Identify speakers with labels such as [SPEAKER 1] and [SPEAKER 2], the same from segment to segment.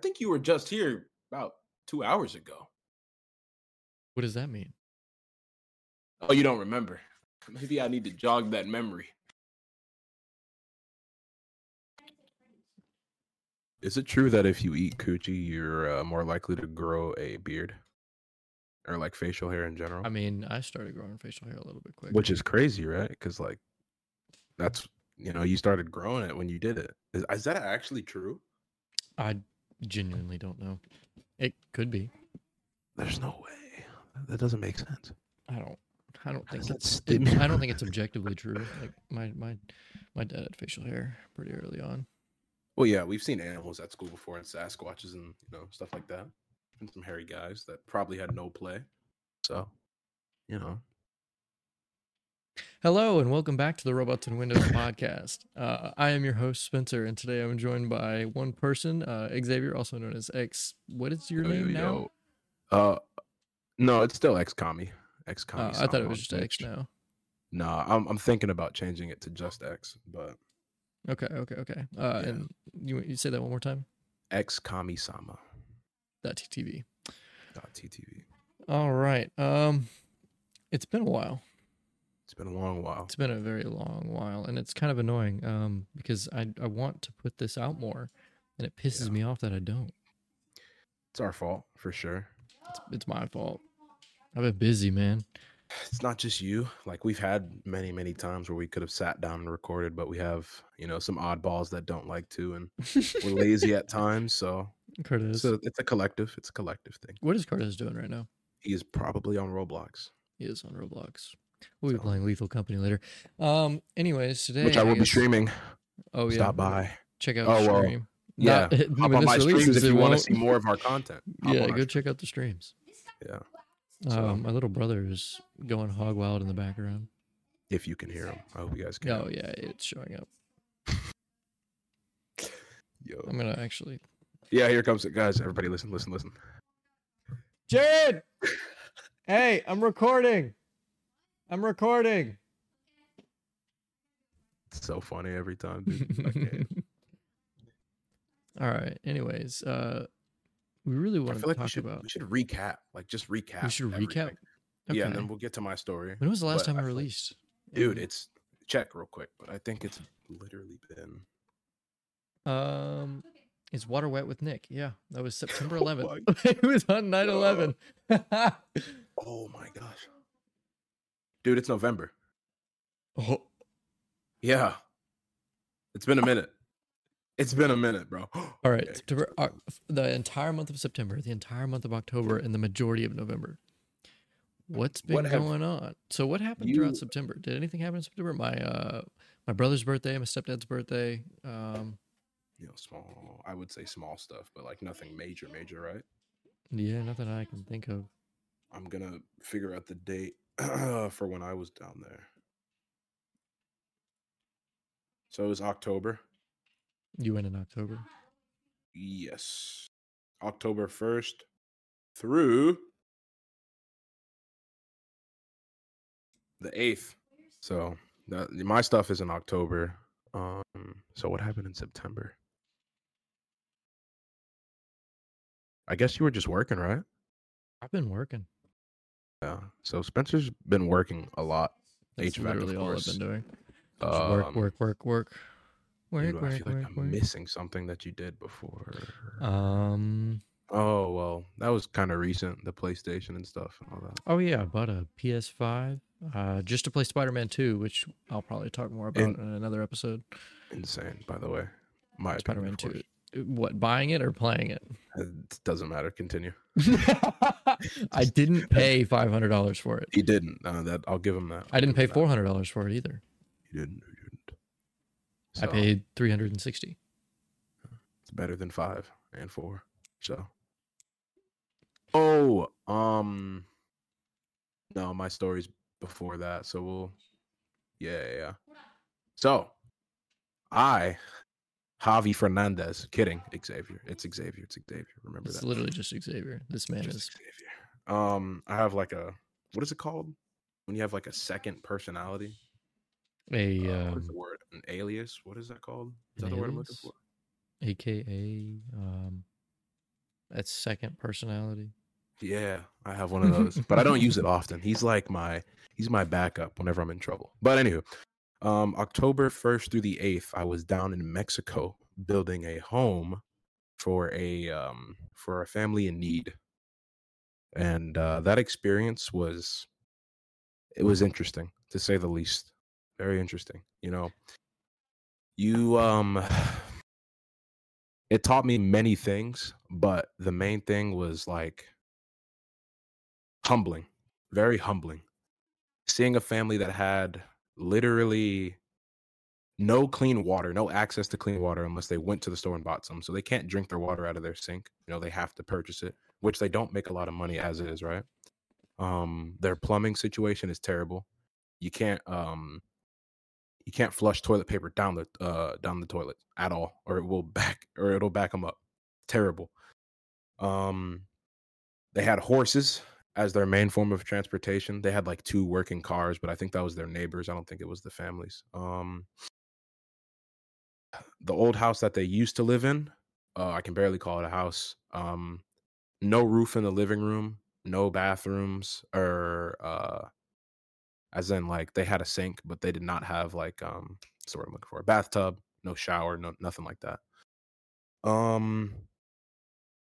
[SPEAKER 1] think you were just here about two hours ago.
[SPEAKER 2] What does that mean?
[SPEAKER 1] Oh, you don't remember. Maybe I need to jog that memory.
[SPEAKER 3] Is it true that if you eat coochie, you're uh, more likely to grow a beard or like facial hair in general?
[SPEAKER 2] I mean, I started growing facial hair a little bit quick.
[SPEAKER 3] Which is crazy, right? Because like, that's you know, you started growing it when you did it. Is, is that actually true?
[SPEAKER 2] I genuinely don't know. It could be.
[SPEAKER 3] There's no way. That doesn't make sense.
[SPEAKER 2] I don't. I don't think
[SPEAKER 3] That's
[SPEAKER 2] it's.
[SPEAKER 3] stupid.
[SPEAKER 2] it- I don't think it's objectively true. Like my my my dad had facial hair pretty early on.
[SPEAKER 3] Well, yeah, we've seen animals at school before and Sasquatches and you know stuff like that, and some hairy guys that probably had no play. So, you know,
[SPEAKER 2] Hello and welcome back to the Robots and Windows podcast. Uh, I am your host Spencer, and today I'm joined by one person, uh, Xavier, also known as X. What is your
[SPEAKER 3] yo,
[SPEAKER 2] name
[SPEAKER 3] yo,
[SPEAKER 2] now?
[SPEAKER 3] yo. Uh, no, it's still ex commie. Ex commie.
[SPEAKER 2] Uh, I thought it was just X now.
[SPEAKER 3] Nah, I'm I'm thinking about changing it to just X, but
[SPEAKER 2] Okay, okay, okay. Uh,
[SPEAKER 3] Yeah.
[SPEAKER 2] And you you say that one more time.
[SPEAKER 3] ex commie sama.
[SPEAKER 2] That TTV.
[SPEAKER 3] TTV.
[SPEAKER 2] All right. Um, it's been a while.
[SPEAKER 3] It's been a long while.
[SPEAKER 2] It's been a very long while, and it's kind of annoying um, because I, I want to put this out more, and it pisses
[SPEAKER 3] Yeah.
[SPEAKER 2] me off that I don't.
[SPEAKER 3] It's our fault for sure.
[SPEAKER 2] It's, it's my fault. I've been busy, man.
[SPEAKER 3] it's not just you. Like we've had many, many times where we could have sat down and recorded, but we have, you know, some oddballs that don't like to, and we're lazy at times. So it's
[SPEAKER 2] Curtis.
[SPEAKER 3] a, it's a collective. It's a collective thing.
[SPEAKER 2] what is Curtis doing right now?
[SPEAKER 3] He is probably on Roblox,
[SPEAKER 2] He is on Roblox. We'll be
[SPEAKER 3] So-
[SPEAKER 2] playing Lethal Company later. Um. Anyways, today
[SPEAKER 3] which I will be
[SPEAKER 2] guess-
[SPEAKER 3] streaming.
[SPEAKER 2] Oh yeah.
[SPEAKER 3] Stop by.
[SPEAKER 2] Check out
[SPEAKER 3] Oh,
[SPEAKER 2] the
[SPEAKER 3] well,
[SPEAKER 2] stream.
[SPEAKER 3] Yeah,
[SPEAKER 2] Not- when
[SPEAKER 3] Hop on
[SPEAKER 2] this
[SPEAKER 3] my
[SPEAKER 2] releases,
[SPEAKER 3] streams if
[SPEAKER 2] it
[SPEAKER 3] you want to
[SPEAKER 2] won't.
[SPEAKER 3] see more of our content. Hop
[SPEAKER 2] yeah,
[SPEAKER 3] on
[SPEAKER 2] go
[SPEAKER 3] our
[SPEAKER 2] check out the streams.
[SPEAKER 3] Yeah. So-
[SPEAKER 2] Um, my little brother is going hog wild in the background.
[SPEAKER 3] if you can hear him. I hope you guys can.
[SPEAKER 2] Oh yeah, it's showing up.
[SPEAKER 3] Yo.
[SPEAKER 2] I'm gonna actually
[SPEAKER 3] Yeah, here comes it, guys. Everybody, listen, listen, listen.
[SPEAKER 2] Jared! hey, I'm recording. I'm recording.
[SPEAKER 3] It's so funny every time, dude. I, can't.
[SPEAKER 2] All right. Anyways, uh we really
[SPEAKER 3] I
[SPEAKER 2] want to
[SPEAKER 3] feel like we
[SPEAKER 2] talk
[SPEAKER 3] should,
[SPEAKER 2] about
[SPEAKER 3] we should recap, like just recap.
[SPEAKER 2] we should recap.
[SPEAKER 3] everything. Yeah, and then we'll get to my story.
[SPEAKER 2] when was the
[SPEAKER 3] but
[SPEAKER 2] last time
[SPEAKER 3] I
[SPEAKER 2] it
[SPEAKER 3] feel like-
[SPEAKER 2] released?
[SPEAKER 3] dude
[SPEAKER 2] Mm-hmm.
[SPEAKER 3] it's check real quick but i think it's literally been
[SPEAKER 2] um it's Water Wet with Nick. Yeah, that was September
[SPEAKER 3] Oh
[SPEAKER 2] 11th. it was on 9 11.
[SPEAKER 3] oh my gosh dude it's november
[SPEAKER 2] oh,
[SPEAKER 3] yeah it's been a minute it's been a minute bro
[SPEAKER 2] all right.
[SPEAKER 3] Okay.
[SPEAKER 2] September, uh, f- the entire month of September, the entire month of October, and the majority of November. What's been
[SPEAKER 3] What have
[SPEAKER 2] going on? So what happened throughout
[SPEAKER 3] you-
[SPEAKER 2] September? Did anything happen in September? My uh my brother's birthday, my stepdad's birthday. Um
[SPEAKER 3] you know small i would say small stuff but like nothing major major right
[SPEAKER 2] yeah, nothing I can think of.
[SPEAKER 3] i'm gonna figure out the date for when i was down there so it was october
[SPEAKER 2] You went in October.
[SPEAKER 3] yes october 1st through the 8th so that, my stuff is in october um so what happened in september i guess you were just working right
[SPEAKER 2] I've been working.
[SPEAKER 3] yeah so spencer's been working a lot
[SPEAKER 2] That's
[SPEAKER 3] HVAC, of
[SPEAKER 2] literally all I've
[SPEAKER 3] course.
[SPEAKER 2] been doing. Just work,
[SPEAKER 3] Um,
[SPEAKER 2] work, work, work.
[SPEAKER 3] dude, i
[SPEAKER 2] Work, work,
[SPEAKER 3] feel like
[SPEAKER 2] work,
[SPEAKER 3] i'm
[SPEAKER 2] work. Uh
[SPEAKER 3] missing something that you did before
[SPEAKER 2] Um
[SPEAKER 3] oh well that was kind of recent the playstation and stuff and all that
[SPEAKER 2] oh yeah, I bought a PS5. Uh, just to play Spider-Man 2, which I'll probably talk more about
[SPEAKER 3] And- Oh,
[SPEAKER 2] in another episode.
[SPEAKER 3] insane by the way my opinion,
[SPEAKER 2] Spider-Man
[SPEAKER 3] of
[SPEAKER 2] 2.
[SPEAKER 3] course.
[SPEAKER 2] Uh, What, buying it or playing it?
[SPEAKER 3] It doesn't matter. Continue.
[SPEAKER 2] I didn't pay five hundred dollars for it.
[SPEAKER 3] He didn't. Uh, that I'll give him that.
[SPEAKER 2] I
[SPEAKER 3] I'll
[SPEAKER 2] didn't
[SPEAKER 3] give
[SPEAKER 2] pay
[SPEAKER 3] him that.
[SPEAKER 2] four hundred dollars for it either.
[SPEAKER 3] He didn't. He didn't. So,
[SPEAKER 2] I paid three hundred and sixty.
[SPEAKER 3] It's better than five and four. So. Oh, um. No, my story's before that, so we'll. Yeah, yeah. yeah. So, I, Javi Fernandez. Kidding, Xavier. It's Xavier. It's Xavier. Remember
[SPEAKER 2] It's
[SPEAKER 3] that.
[SPEAKER 2] literally just Xavier. This man
[SPEAKER 3] Just
[SPEAKER 2] is
[SPEAKER 3] Xavier. Um, I have like a what is it called when you have like a second personality?
[SPEAKER 2] a
[SPEAKER 3] Uh, what is
[SPEAKER 2] um,
[SPEAKER 3] the word? An alias? What is that called? Is
[SPEAKER 2] an
[SPEAKER 3] that the word I'm looking
[SPEAKER 2] alias?
[SPEAKER 3] for?
[SPEAKER 2] AKA um, That's second personality.
[SPEAKER 3] Yeah, I have one of those, but I don't use it often. He's like my he's my backup whenever I'm in trouble. But anywho, um, October first through the eighth, I was down in Mexico building a home for a um for a family in need, and uh, that experience was it was interesting to say the least. Very interesting, you know. You um, it taught me many things, but the main thing was like humbling, very humbling. Seeing a family that had literally no clean water, no access to clean water unless they went to the store and bought some. So they can't drink their water out of their sink. You know, they have to purchase it, which they don't make a lot of money as is, right? Um, their plumbing situation is terrible. You can't um you can't flush toilet paper down the uh down the toilet at all or it will back or it'll back them up. Terrible. Um they had horses as their main form of transportation. They had like two working cars, but I think that was their neighbors. I don't think it was the families. Um, the old house that they used to live in, uh, I can barely call it a house. Um, no roof in the living room, no bathrooms, or uh, as in like they had a sink, but they did not have like um, what's the word I'm looking for? A bathtub, no shower, no nothing like that. Um,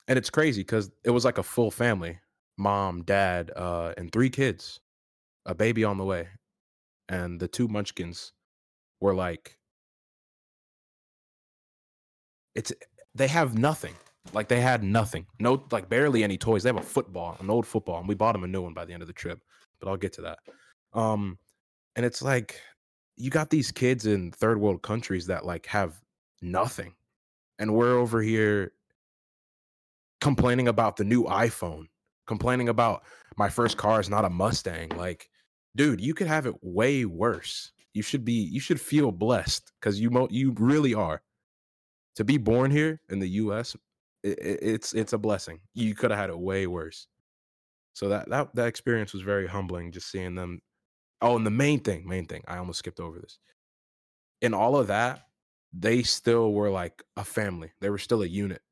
[SPEAKER 3] and it's crazy because it was like a full family mom, dad, uh, and three kids, a baby on the way. And the two munchkins were like, it's eh, they have nothing. Like they had nothing. No, like barely any toys. They have a football, an old football, and we bought them a new one by the end of the trip. But I'll get to that. Um, and it's like you got these kids in third world countries that like have nothing. And we're over here complaining about the new iPhone complaining about my first car is not a Mustang. Like, dude, you could have it way worse. You should be you should feel blessed because you mo- you really are. To be born here in the U.S. It, it, it's it's a blessing. You could have had it way worse. So that that that experience was very humbling. Just seeing them. Oh, and the main thing, main thing, I almost skipped over this. In all of that, they still were like a family. They were still a unit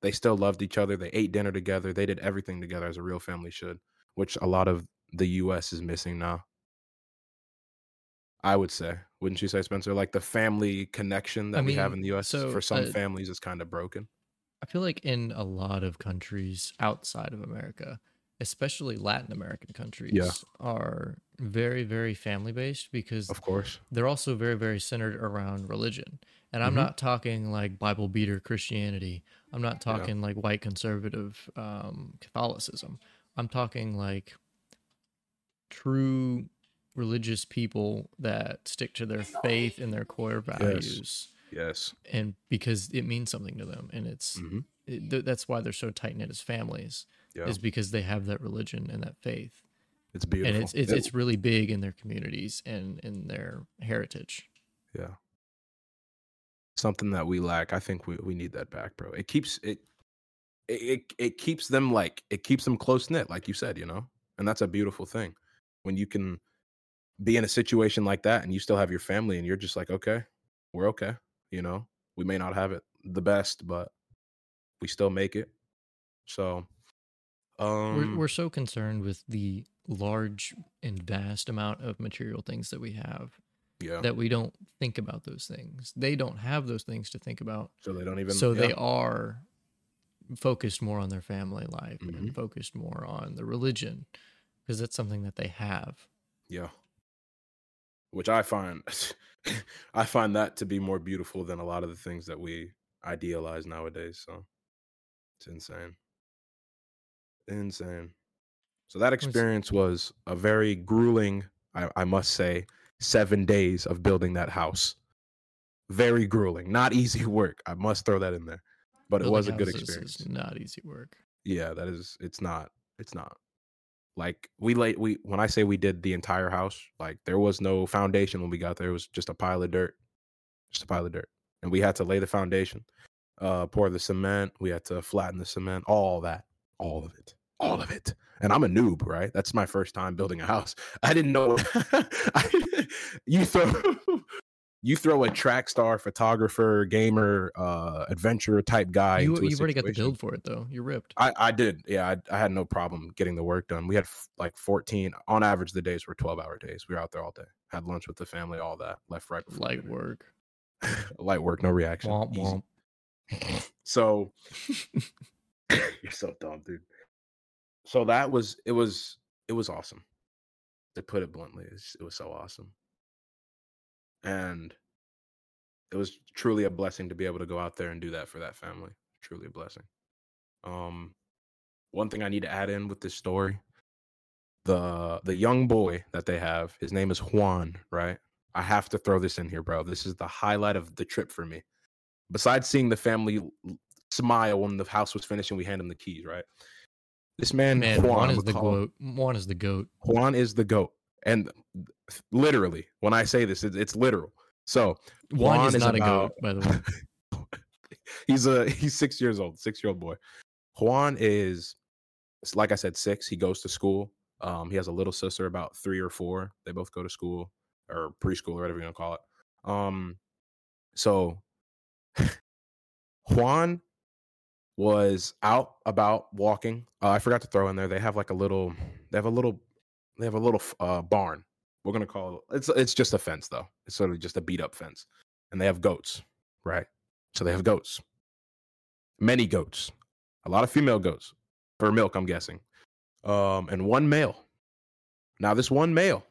[SPEAKER 3] they still loved each other. They ate dinner together. They did everything together as a real family should, which a lot of the US is missing now. I would say, wouldn't you say, Spencer? Like the family connection that
[SPEAKER 2] I
[SPEAKER 3] we have
[SPEAKER 2] mean,
[SPEAKER 3] in the US
[SPEAKER 2] so,
[SPEAKER 3] for some
[SPEAKER 2] uh,
[SPEAKER 3] families is kind of broken.
[SPEAKER 2] I feel like in a lot of countries outside of America, especially Latin American countries, are very, very family based because
[SPEAKER 3] Of course.
[SPEAKER 2] they're also very, very centered around religion. And I'm
[SPEAKER 3] Mhm.
[SPEAKER 2] not talking like Bible beater Christianity. I'm not
[SPEAKER 3] Yeah.
[SPEAKER 2] talking like white conservative um, Catholicism. I'm talking like true religious people that stick to their faith and their core values
[SPEAKER 3] Yes.
[SPEAKER 2] and because it means something to them and it's
[SPEAKER 3] hmm
[SPEAKER 2] it, th- that's why they're so tight knit as families
[SPEAKER 3] Yeah.
[SPEAKER 2] is
[SPEAKER 3] It's,
[SPEAKER 2] because they have that religion and that faith
[SPEAKER 3] beautiful.
[SPEAKER 2] and it's it's,
[SPEAKER 3] It-
[SPEAKER 2] it's really big in their communities and in their heritage
[SPEAKER 3] yeah. Something that we lack. I think we, we need that back, bro. It keeps it it, it it keeps them like it keeps them close knit, like you said, you know? And that's a beautiful thing. When you can be in a situation like that and you still have your family and you're just like, okay, we're okay. You know, we may not have it the best, but we still make it. So, um,
[SPEAKER 2] we're, we're so concerned with the large and vast amount of material things that we have
[SPEAKER 3] yeah.
[SPEAKER 2] that we don't think about those things they don't have those things to think about
[SPEAKER 3] so they don't even.
[SPEAKER 2] so they
[SPEAKER 3] yeah,
[SPEAKER 2] are focused more on their family life and
[SPEAKER 3] Mhm.
[SPEAKER 2] focused more on the religion because that's something that they have
[SPEAKER 3] yeah. Which I find, I find that to be more beautiful than a lot of the things that we idealize nowadays. So it's insane, insane. So that
[SPEAKER 2] Was-
[SPEAKER 3] experience was a very grueling, I, I must say, seven days of building that house. Very grueling, not easy work. I must throw that in there, but it
[SPEAKER 2] Building
[SPEAKER 3] was a good
[SPEAKER 2] houses is
[SPEAKER 3] experience.
[SPEAKER 2] not easy work
[SPEAKER 3] Yeah, that is. It's not. It's not. Like we late. We when I say we did the entire house, like there was no foundation when we got there. It was just a pile of dirt, just a pile of dirt, and we had to lay the foundation, uh, pour the cement. We had to flatten the cement. All that. All of it. All of it. And I'm a noob, right? That's my first time building a house. I didn't know. I, you throw. you throw a track star, photographer, gamer, uh, adventurer type guy.
[SPEAKER 2] You,
[SPEAKER 3] into a
[SPEAKER 2] you've already got the
[SPEAKER 3] situation-
[SPEAKER 2] build for it though. You're ripped.
[SPEAKER 3] I, I did. Yeah, I, I had no problem getting the work done. We had f- like 14 on average. The days were 12 hour days. We were out there all day. Had lunch with the family, all that. Left, right, before
[SPEAKER 2] Light
[SPEAKER 3] dinner.
[SPEAKER 2] work.
[SPEAKER 3] light work, no reaction.
[SPEAKER 2] Womp
[SPEAKER 3] Easy.
[SPEAKER 2] womp.
[SPEAKER 3] So you're so dumb, dude. So that was it was it was awesome. To put it bluntly, it's- it was so awesome. And it was truly a blessing to be able to go out there and do that for that family. Truly a blessing. Um one thing I need to add in with this story, the the young boy that they have, his name is Juan, right? I have to throw this in here, bro. This is the highlight of the trip for me. Besides seeing the family l- smile when the house was finished and we hand him the keys, right? This man,
[SPEAKER 2] Man, Juan,
[SPEAKER 3] Juan
[SPEAKER 2] is the
[SPEAKER 3] McCall-
[SPEAKER 2] goat. Juan is the goat.
[SPEAKER 3] Juan is the goat, and th- th- literally, when I say this, it, it's literal. So
[SPEAKER 2] Juan,
[SPEAKER 3] Juan
[SPEAKER 2] is,
[SPEAKER 3] is
[SPEAKER 2] not a
[SPEAKER 3] about-
[SPEAKER 2] goat, by the way.
[SPEAKER 3] he's a he's six years old, six year old boy. Juan is, s- like I said, six. He goes to school. Um, he has a little sister about three or four. They both go to school or preschool or whatever you want to call it. Um, so Juan was out about walking. Uh, I forgot to throw in there. They have like a little. They have a little. They have a little f- uh, barn. We're gonna call it's it's just a fence though. It's sort of just a beat up fence, and they have goats, right? So they have goats, many goats, a lot of female goats for milk, I'm guessing, um, and one male. Now this one male,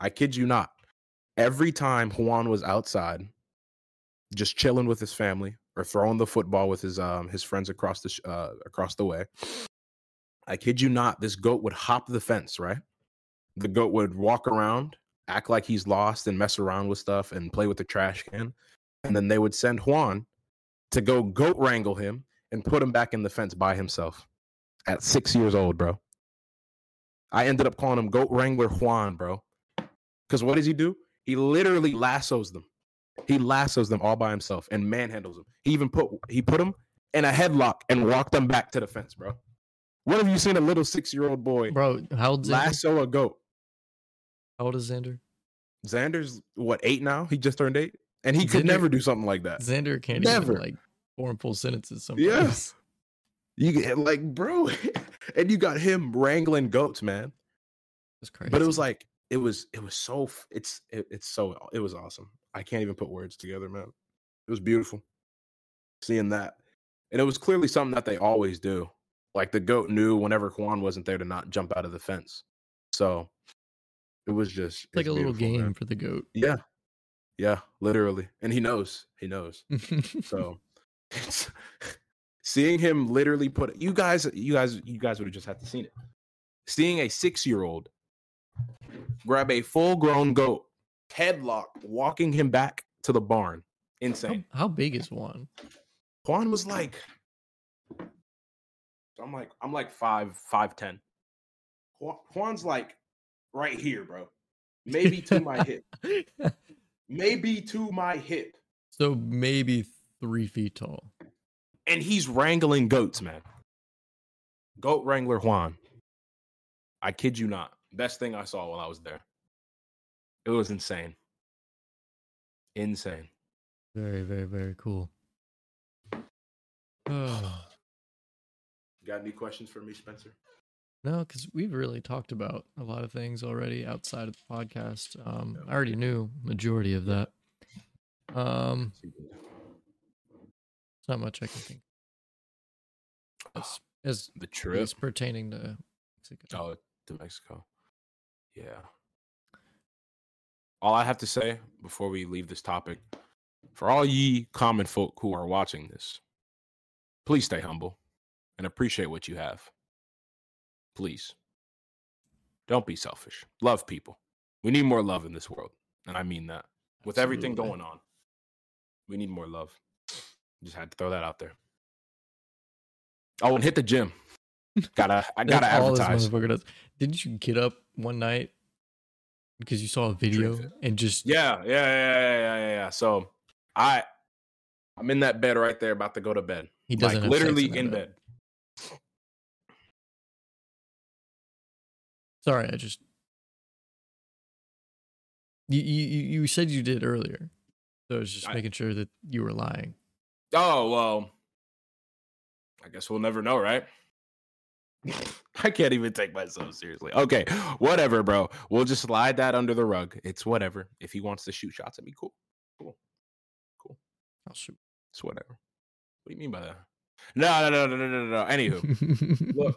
[SPEAKER 3] I kid you not, every time Juan was outside, just chilling with his family or throwing the football with his um his friends across the sh- uh, across the way. I kid you not, this goat would hop the fence, right? The goat would walk around, act like he's lost and mess around with stuff and play with the trash can. And then they would send Juan to go goat wrangle him and put him back in the fence by himself at six years old, bro. I ended up calling him Goat Wrangler Juan, bro. Because what does he do? He literally lassos them. He lassos them all by himself and manhandles them. He even put he put them in a headlock and walked them back to the fence, bro. What have you seen a little six year old boy
[SPEAKER 2] Bro, how old, Xander?
[SPEAKER 3] lasso a goat?
[SPEAKER 2] how old is Xander?
[SPEAKER 3] Xander's what eight now? He just turned eight, and he could
[SPEAKER 2] Xander-
[SPEAKER 3] never do something like that.
[SPEAKER 2] Xander can't
[SPEAKER 3] Never.
[SPEAKER 2] even like form full sentences sometimes.
[SPEAKER 3] Yeah. You get- like, bro, and you got him wrangling goats, man.
[SPEAKER 2] That's crazy.
[SPEAKER 3] But it was like it was it was so f- it's it, it's so it was awesome. I can't even put words together, man. It was beautiful seeing that, and it was clearly something that they always do. Like the goat knew whenever Juan wasn't there to not jump out of the fence, so it was just
[SPEAKER 2] It's like
[SPEAKER 3] it's
[SPEAKER 2] a little
[SPEAKER 3] beautiful,
[SPEAKER 2] game
[SPEAKER 3] man.
[SPEAKER 2] for the goat.
[SPEAKER 3] Yeah, yeah, literally, and he knows. He knows. So it's- seeing him literally put you guys, you guys, you guys would have just had to seen it. Seeing a six-year-old grab a full-grown goat, headlock, walking him back to the barn,
[SPEAKER 2] how,
[SPEAKER 3] insane.
[SPEAKER 2] how big is Juan?
[SPEAKER 3] Juan was like, I'm like, I'm like five, five ten. Juan- Juan's like right here, bro. Maybe to my hip. Maybe to my hip.
[SPEAKER 2] so maybe three feet tall.
[SPEAKER 3] and he's wrangling goats, man. Goat wrangler Juan. I kid you not. Best thing I saw while I was there. It was insane. Insane.
[SPEAKER 2] Very, very, very cool. Oh,
[SPEAKER 3] Got any questions for me, Spencer?
[SPEAKER 2] no, because we've really talked about a lot of things already outside of the podcast. Um,
[SPEAKER 3] Yeah.
[SPEAKER 2] I already knew majority of that. Um, it's not much I can think. of. As as,
[SPEAKER 3] The trip.
[SPEAKER 2] as pertaining to Mexico.
[SPEAKER 3] Oh, to Mexico. Yeah. All I have to say before we leave this topic, for all ye common folk who are watching this, please stay humble and appreciate what you have. Please. Don't be selfish. Love people. We need more love in this world. And I mean that. With everything
[SPEAKER 2] Absolutely.
[SPEAKER 3] going on, we need more love. Just had to throw that out there. Oh, and hit the gym. Gotta, I
[SPEAKER 2] That's
[SPEAKER 3] gotta
[SPEAKER 2] all this
[SPEAKER 3] advertise.
[SPEAKER 2] motherfucker does. Didn't you get up one night because you saw a video
[SPEAKER 3] it.
[SPEAKER 2] and just
[SPEAKER 3] Yeah, yeah, yeah, yeah, yeah, yeah, yeah. So I I'm in that bed right there, about to go to bed.
[SPEAKER 2] he
[SPEAKER 3] Like
[SPEAKER 2] doesn't have sex
[SPEAKER 3] literally
[SPEAKER 2] that
[SPEAKER 3] in bed.
[SPEAKER 2] Sorry, I just you you you you said you did earlier. So I was just
[SPEAKER 1] I-
[SPEAKER 2] making sure that you were lying.
[SPEAKER 1] Oh well. I guess we'll never know, right?
[SPEAKER 3] I can't even take myself seriously. Okay, whatever, bro. We'll just slide that under the rug. It's whatever. If he wants to shoot shots at me, cool.
[SPEAKER 2] I'll shoot.
[SPEAKER 3] It's whatever. What do you mean by that? No, no, no, no, no, no, no. Anywho, Look.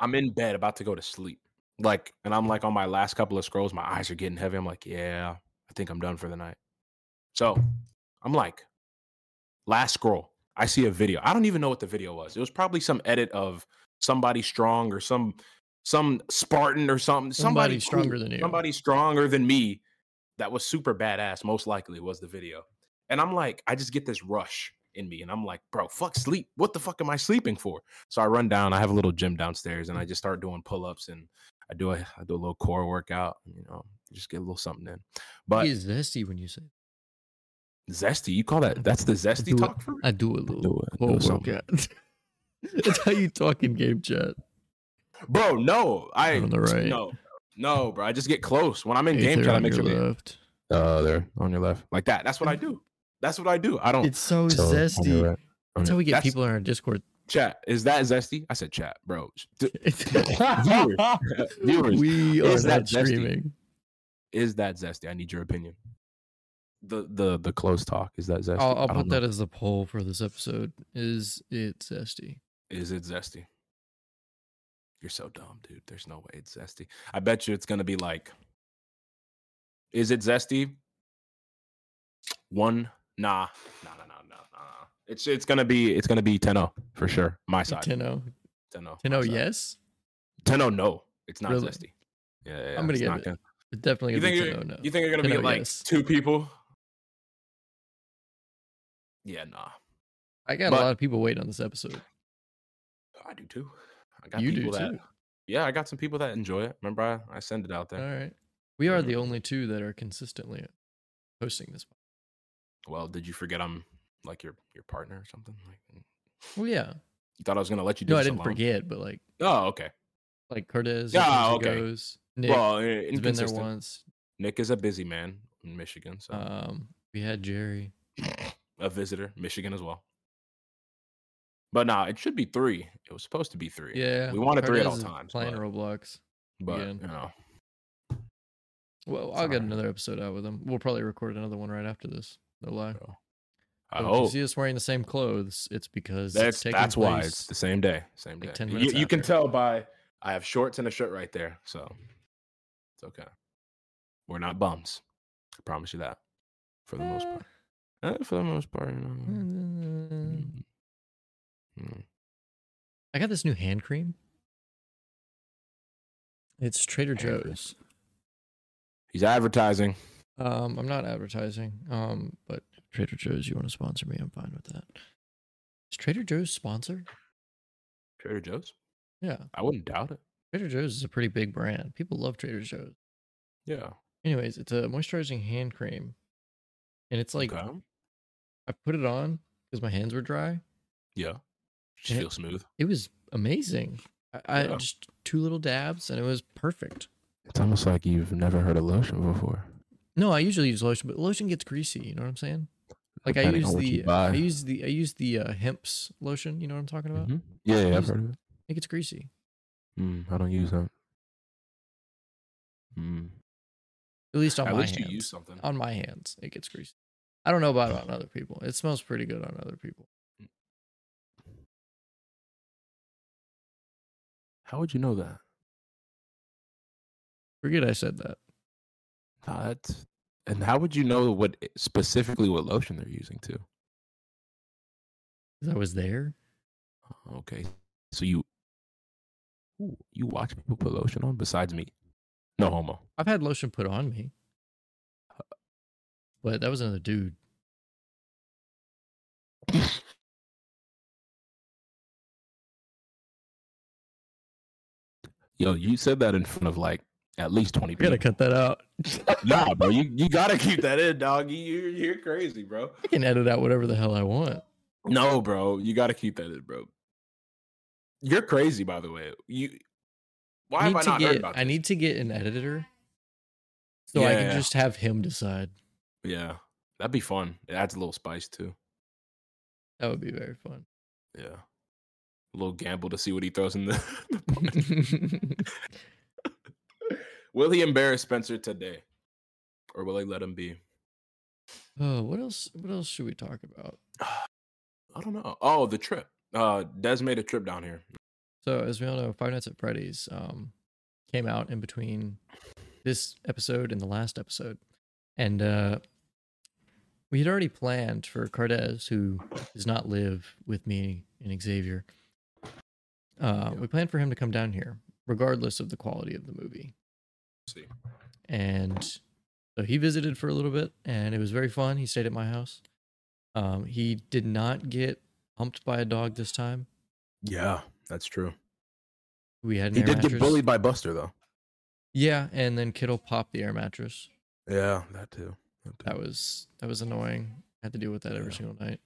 [SPEAKER 3] I'm in bed about to go to sleep. Like, and I'm like on my last couple of scrolls, my eyes are getting heavy. I'm like, yeah, I think I'm done for the night. So I'm like, last scroll, I see a video. I don't even know what the video was. It was probably some edit of somebody strong or some some Spartan or something.
[SPEAKER 2] Somebody
[SPEAKER 3] cool,
[SPEAKER 2] stronger than you.
[SPEAKER 3] Somebody stronger than me that was super badass, most likely was the video. And I'm like, I just get this rush in me. And I'm like, bro, fuck sleep. What the fuck am I sleeping for? So I run down. I have a little gym downstairs, and I just start doing pull ups, and I do a I do a little core workout. You know, just get a little something in. But
[SPEAKER 2] he is zesty when you say.
[SPEAKER 3] zesty, you call that? That's the
[SPEAKER 2] do
[SPEAKER 3] zesty
[SPEAKER 2] it.
[SPEAKER 3] talk for me.
[SPEAKER 2] I do a little
[SPEAKER 3] do it.
[SPEAKER 2] core
[SPEAKER 3] Do something.
[SPEAKER 2] workout. That's how you talk in game chat.
[SPEAKER 3] bro. No, I
[SPEAKER 2] On the right.
[SPEAKER 3] no, no, bro. I just get close when I'm in game
[SPEAKER 2] Aether
[SPEAKER 3] chat. I
[SPEAKER 2] on
[SPEAKER 3] make
[SPEAKER 2] your
[SPEAKER 3] sure they-
[SPEAKER 2] left.
[SPEAKER 3] uh, there on your left, like that. That's what I do. That's what I do. I don't.
[SPEAKER 2] It's so
[SPEAKER 3] So, Oh. on your
[SPEAKER 2] zesty.
[SPEAKER 3] right, on
[SPEAKER 2] That's
[SPEAKER 3] your-
[SPEAKER 2] how we get
[SPEAKER 3] that's-
[SPEAKER 2] people on our Discord.
[SPEAKER 3] Chat is that zesty? I said chat, bro. D-
[SPEAKER 2] Viewers.
[SPEAKER 3] Viewers,
[SPEAKER 2] we are
[SPEAKER 3] is that
[SPEAKER 2] not
[SPEAKER 3] zesty?
[SPEAKER 2] streaming.
[SPEAKER 3] is that zesty? I need your opinion. The the the close talk is that zesty?
[SPEAKER 2] I'll, I'll
[SPEAKER 3] I don't
[SPEAKER 2] put
[SPEAKER 3] know.
[SPEAKER 2] that as the poll for this episode. Is it zesty?
[SPEAKER 3] Is it zesty? You're so dumb, dude. There's no way it's zesty. I bet you it's gonna be like, is it zesty? One, nah, nah, nah, nah, nah, nah. It's it's gonna be it's gonna be 10-0 for sure. My side, 10-0.
[SPEAKER 2] 10
[SPEAKER 3] my
[SPEAKER 2] 10
[SPEAKER 3] side.
[SPEAKER 2] yes?
[SPEAKER 3] 10-0, no, it's not
[SPEAKER 2] Really?
[SPEAKER 3] zesty. Yeah, yeah, yeah,
[SPEAKER 2] gonna
[SPEAKER 3] it's
[SPEAKER 2] get
[SPEAKER 3] not
[SPEAKER 2] it. It's definitely
[SPEAKER 3] You
[SPEAKER 2] going
[SPEAKER 3] think
[SPEAKER 2] to
[SPEAKER 3] you're,
[SPEAKER 2] be 10 no.
[SPEAKER 3] you think you're gonna
[SPEAKER 2] 10-0,
[SPEAKER 3] be like
[SPEAKER 2] yes.
[SPEAKER 3] two people? Yeah, nah.
[SPEAKER 2] I got
[SPEAKER 3] but-
[SPEAKER 2] a lot of people waiting on this episode.
[SPEAKER 3] I do too. I got
[SPEAKER 2] You do
[SPEAKER 3] people that.
[SPEAKER 2] too.
[SPEAKER 3] Yeah, I got some people that enjoy it. Remember, I, I send it out there.
[SPEAKER 2] All right. We are the
[SPEAKER 3] Mhm.
[SPEAKER 2] only two that are consistently posting this.
[SPEAKER 3] Well, did you forget I'm like your your partner or something? Like you
[SPEAKER 2] Well, yeah.
[SPEAKER 3] thought I was gonna let you do
[SPEAKER 2] No, I
[SPEAKER 3] this
[SPEAKER 2] didn't
[SPEAKER 3] alone?
[SPEAKER 2] forget, but like,
[SPEAKER 3] Oh, okay.
[SPEAKER 2] like Cortez,
[SPEAKER 3] Yeah,
[SPEAKER 2] yeah,
[SPEAKER 3] okay.
[SPEAKER 2] goes. Nick
[SPEAKER 3] well, eh,
[SPEAKER 2] has been there
[SPEAKER 3] inconsistent.
[SPEAKER 2] once.
[SPEAKER 3] Nick is a busy man in Michigan, so
[SPEAKER 2] Um, we had Jerry.
[SPEAKER 3] a visitor, Michigan as well. But nah, it should be three. It was supposed to be three.
[SPEAKER 2] Yeah,
[SPEAKER 3] we wanted three at
[SPEAKER 2] Cortez
[SPEAKER 3] all
[SPEAKER 2] is
[SPEAKER 3] times.
[SPEAKER 2] Playing
[SPEAKER 3] but,
[SPEAKER 2] Roblox.
[SPEAKER 3] but
[SPEAKER 2] again.
[SPEAKER 3] you know,
[SPEAKER 2] Well, I'll get
[SPEAKER 3] Sorry.
[SPEAKER 2] another episode out with him. We'll probably record another one right after this. No lie.
[SPEAKER 3] so, I
[SPEAKER 2] So if
[SPEAKER 3] hope
[SPEAKER 2] you see us wearing the same clothes, it's because
[SPEAKER 3] that's
[SPEAKER 2] it's taking
[SPEAKER 3] that's why it's
[SPEAKER 2] place-
[SPEAKER 3] the same day. Same day.
[SPEAKER 2] like 10
[SPEAKER 3] You-
[SPEAKER 2] minutes
[SPEAKER 3] you, can
[SPEAKER 2] after.
[SPEAKER 3] tell by I have shorts and a shirt right there, so it's okay. We're not bums. I promise you that. For the most part. Eh, for the most part, you know.
[SPEAKER 2] Eh.
[SPEAKER 3] mm, mm.
[SPEAKER 2] I got this new hand cream. It's Trader
[SPEAKER 3] Hand cream.
[SPEAKER 2] Joe's.
[SPEAKER 3] He's advertising.
[SPEAKER 2] Um, I'm not advertising. Um, but Trader Joe's, you want to sponsor me? I'm fine with that. Is Trader Joe's sponsor?
[SPEAKER 3] Trader Joe's.
[SPEAKER 2] Yeah,
[SPEAKER 3] I wouldn't doubt it.
[SPEAKER 2] Trader Joe's is a pretty big brand. People love Trader Joe's.
[SPEAKER 3] Yeah.
[SPEAKER 2] Anyways, it's a moisturizing hand cream, and it's like
[SPEAKER 3] okay.
[SPEAKER 2] I put it on because my hands were dry.
[SPEAKER 3] yeah. Just
[SPEAKER 2] and it-
[SPEAKER 3] feel smooth.
[SPEAKER 2] It was amazing. I, I
[SPEAKER 3] Yeah.
[SPEAKER 2] just two little dabs, and it was perfect.
[SPEAKER 3] It's almost like you've never heard of lotion before.
[SPEAKER 2] No, I usually use lotion, but lotion gets greasy. You know what I'm saying? Like I
[SPEAKER 3] Depending on
[SPEAKER 2] use
[SPEAKER 3] what you
[SPEAKER 2] the
[SPEAKER 3] buy.
[SPEAKER 2] I use the I use the uh, hemp's lotion. You know what I'm talking about?
[SPEAKER 3] Yeah, yeah, I've
[SPEAKER 2] Use-
[SPEAKER 3] heard of it.
[SPEAKER 2] It gets greasy.
[SPEAKER 3] Mm-hmm. Mm, I don't use that. Mm.
[SPEAKER 2] At least on
[SPEAKER 3] At
[SPEAKER 2] my
[SPEAKER 3] least
[SPEAKER 2] hands.
[SPEAKER 3] you use something.
[SPEAKER 2] on my hands, it gets greasy. I don't know about on other people. It smells pretty good on other people.
[SPEAKER 3] How would you know that?
[SPEAKER 2] Forget I said that.
[SPEAKER 3] Nah, that's and how would you know what i- specifically what lotion they're using too?
[SPEAKER 2] 'Cause I was there.
[SPEAKER 3] Oh, Okay, so you Ooh, you watch people put lotion on besides me? No homo.
[SPEAKER 2] I've had lotion put on me, but that was another dude.
[SPEAKER 3] Yo, you said that in front of like at least twenty
[SPEAKER 2] We gotta
[SPEAKER 3] people.
[SPEAKER 2] cut that out. I
[SPEAKER 3] nah, bro, you, you gotta keep that in, dog. You you're, you're crazy, bro.
[SPEAKER 2] can edit out whatever the hell I want.
[SPEAKER 3] No, bro, you gotta keep that in, bro. You're crazy, by the way. You why
[SPEAKER 2] I
[SPEAKER 3] have
[SPEAKER 2] need
[SPEAKER 3] I
[SPEAKER 2] to
[SPEAKER 3] not
[SPEAKER 2] get.
[SPEAKER 3] heard about
[SPEAKER 2] I
[SPEAKER 3] this?
[SPEAKER 2] need to get an editor, so I
[SPEAKER 3] Yeah.
[SPEAKER 2] can just have him decide.
[SPEAKER 3] Yeah,
[SPEAKER 1] That'd be fun. It adds a little spice too.
[SPEAKER 2] That would be very fun.
[SPEAKER 1] Yeah. A little gamble to see what he throws in the. will he embarrass Spencer today, or will he let him be?
[SPEAKER 2] oh, what else? What else should we talk about?
[SPEAKER 1] I don't know. Oh, the trip. Uh, Des made a trip down here.
[SPEAKER 2] So, as we all know, Five Nights at Freddy's um, came out in between this episode and the last episode, and uh, we had already planned for Cardes, who does not live with me and Xavier. Uh, We planned for him to come down here, regardless of the quality of the movie.
[SPEAKER 1] See.
[SPEAKER 2] And so he visited for a little bit, and it was very fun. He stayed at my house. Um, he did not get humped by a dog this time.
[SPEAKER 3] Yeah, that's true.
[SPEAKER 2] We had an
[SPEAKER 3] He
[SPEAKER 2] air
[SPEAKER 3] did get
[SPEAKER 2] mattress.
[SPEAKER 3] bullied by Buster though.
[SPEAKER 2] Yeah, and then Kittle popped the air mattress.
[SPEAKER 3] Yeah, that too. That too.
[SPEAKER 2] That was that was annoying. I had to deal with that every
[SPEAKER 3] Yeah.
[SPEAKER 2] single night.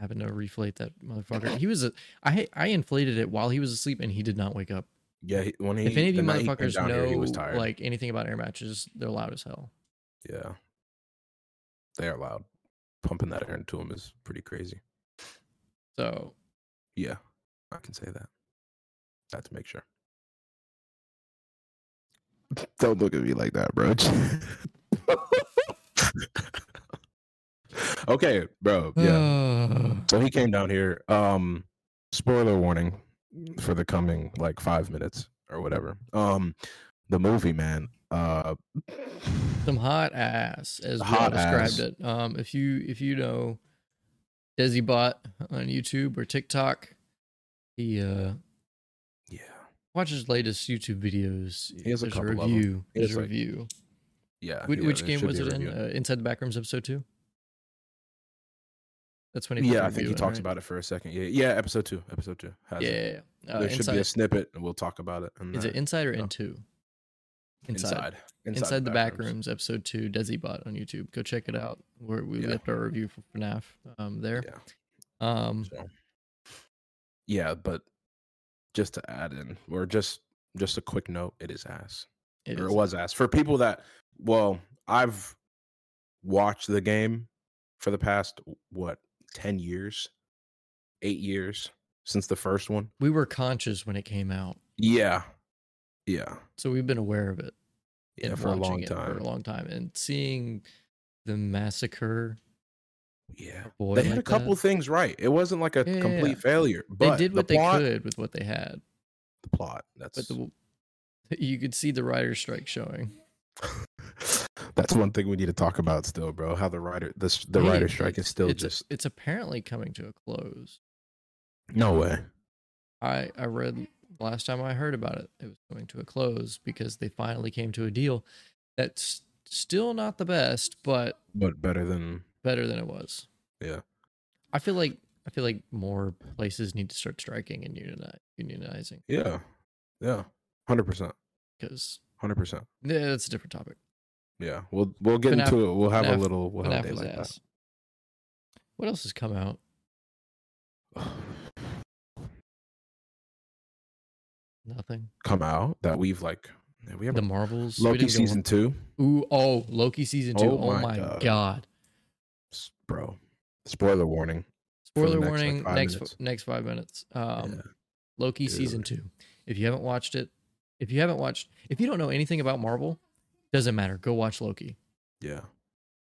[SPEAKER 2] Having to reflate that motherfucker. He was a, I I inflated it while he was asleep and he did not wake up.
[SPEAKER 3] yeah, he, when he
[SPEAKER 2] if any of
[SPEAKER 3] the
[SPEAKER 2] you
[SPEAKER 3] night he came
[SPEAKER 2] motherfuckers
[SPEAKER 3] down
[SPEAKER 2] know
[SPEAKER 3] here, he was tired.
[SPEAKER 2] like anything about air mattress, they're loud as hell.
[SPEAKER 3] yeah, they are loud. Pumping that air into him is pretty crazy.
[SPEAKER 2] So
[SPEAKER 3] Yeah, I can say that. Not to make sure. Don't look at me like that, bro. okay, bro. Yeah. so he came down here. Um, spoiler warning for the coming like five minutes or whatever. Um, the movie, man. Uh,
[SPEAKER 2] some hot ass as
[SPEAKER 3] Hot
[SPEAKER 2] hot described
[SPEAKER 3] ass.
[SPEAKER 2] it. Um, if you if you know DesiBot on YouTube or TikTok, he uh
[SPEAKER 3] yeah,
[SPEAKER 2] watch his latest YouTube videos.
[SPEAKER 3] He has a
[SPEAKER 2] There's
[SPEAKER 3] couple of them.
[SPEAKER 2] review.
[SPEAKER 3] He
[SPEAKER 2] There's
[SPEAKER 3] has,
[SPEAKER 2] a
[SPEAKER 3] like,
[SPEAKER 2] review.
[SPEAKER 3] yeah.
[SPEAKER 2] Which,
[SPEAKER 3] yeah,
[SPEAKER 2] which
[SPEAKER 3] there
[SPEAKER 2] game
[SPEAKER 3] should
[SPEAKER 2] was
[SPEAKER 3] be a
[SPEAKER 2] it in?
[SPEAKER 3] review.
[SPEAKER 2] Uh, Inside the Backrooms episode two. That's when he.
[SPEAKER 3] yeah, I think he talks about it for a second. Yeah, yeah. Episode two. Episode two. Has
[SPEAKER 2] Yeah,
[SPEAKER 3] it.
[SPEAKER 2] yeah, yeah. Uh,
[SPEAKER 3] there should be a
[SPEAKER 2] inside-
[SPEAKER 3] snippet, and we'll talk about it. in
[SPEAKER 2] Is
[SPEAKER 3] the-
[SPEAKER 2] it inside or
[SPEAKER 3] no.
[SPEAKER 2] in two?
[SPEAKER 3] inside
[SPEAKER 2] Inside, the back rooms. episode two, Desibot on YouTube. Go check it out. Where we
[SPEAKER 3] Yeah.
[SPEAKER 2] left our review for FNAF um, there.
[SPEAKER 3] Yeah.
[SPEAKER 2] Um,
[SPEAKER 3] So, yeah, but just to add in, or just just a quick note, it is ass.
[SPEAKER 2] it
[SPEAKER 3] or
[SPEAKER 2] is-
[SPEAKER 3] it was ass for people that. Well, I've watched the game for the past what ten years, eight years since the first one.
[SPEAKER 2] We were conscious when it came out,
[SPEAKER 3] Yeah, yeah,
[SPEAKER 2] so we've been aware of it.
[SPEAKER 3] yeah.
[SPEAKER 2] and
[SPEAKER 3] For a
[SPEAKER 2] watching
[SPEAKER 3] long
[SPEAKER 2] it For
[SPEAKER 3] time.
[SPEAKER 2] a long time, and seeing the massacre.
[SPEAKER 3] yeah.
[SPEAKER 2] of Boy
[SPEAKER 3] They had
[SPEAKER 2] like
[SPEAKER 3] a couple
[SPEAKER 2] that,
[SPEAKER 3] things right. It wasn't like a
[SPEAKER 2] Yeah, yeah,
[SPEAKER 3] complete
[SPEAKER 2] yeah.
[SPEAKER 3] failure, but
[SPEAKER 2] they did what
[SPEAKER 3] the
[SPEAKER 2] they
[SPEAKER 3] plot,
[SPEAKER 2] could with what they had.
[SPEAKER 3] The plot. That's
[SPEAKER 2] but the, you could see the writer strike showing.
[SPEAKER 3] That's one thing we need to talk about still, bro. How the writer this the
[SPEAKER 2] Hey,
[SPEAKER 3] writer strike is still
[SPEAKER 2] it's,
[SPEAKER 3] just
[SPEAKER 2] it's apparently coming to a close.
[SPEAKER 3] no way.
[SPEAKER 2] I I read last time I heard about it, it was coming to a close because they finally came to a deal that's still not the best, but
[SPEAKER 3] But better than
[SPEAKER 2] better than it was.
[SPEAKER 3] Yeah.
[SPEAKER 2] I feel like I feel like more places need to start striking and unioni- unionizing
[SPEAKER 3] yeah, yeah, hundred percent,
[SPEAKER 2] because
[SPEAKER 3] hundred percent.
[SPEAKER 2] yeah, that's a different topic.
[SPEAKER 3] Yeah, we'll we'll get
[SPEAKER 2] FNAF
[SPEAKER 3] into it. We'll have
[SPEAKER 2] FNAF
[SPEAKER 3] a little we'll have a
[SPEAKER 2] FNAF
[SPEAKER 3] day
[SPEAKER 2] was
[SPEAKER 3] like
[SPEAKER 2] ass. What else has come out?
[SPEAKER 3] that.
[SPEAKER 2] Nothing.
[SPEAKER 3] Come out that we've like have we
[SPEAKER 2] The
[SPEAKER 3] ever
[SPEAKER 2] Marvels. we
[SPEAKER 3] Loki
[SPEAKER 2] didn't get one-
[SPEAKER 3] season two,
[SPEAKER 2] Ooh, oh, Loki season two.
[SPEAKER 3] Oh
[SPEAKER 2] Oh
[SPEAKER 3] my
[SPEAKER 2] my,
[SPEAKER 3] God.
[SPEAKER 2] god.
[SPEAKER 3] S- bro. Spoiler warning. the
[SPEAKER 2] Spoiler
[SPEAKER 3] next, like,
[SPEAKER 2] warning.
[SPEAKER 3] five
[SPEAKER 2] next
[SPEAKER 3] minutes.
[SPEAKER 2] next five minutes. Um,
[SPEAKER 3] Yeah.
[SPEAKER 2] Loki season two. If you haven't watched it, if you haven't watched, if you don't know anything about Marvel, doesn't matter. Go watch Loki.
[SPEAKER 3] Yeah,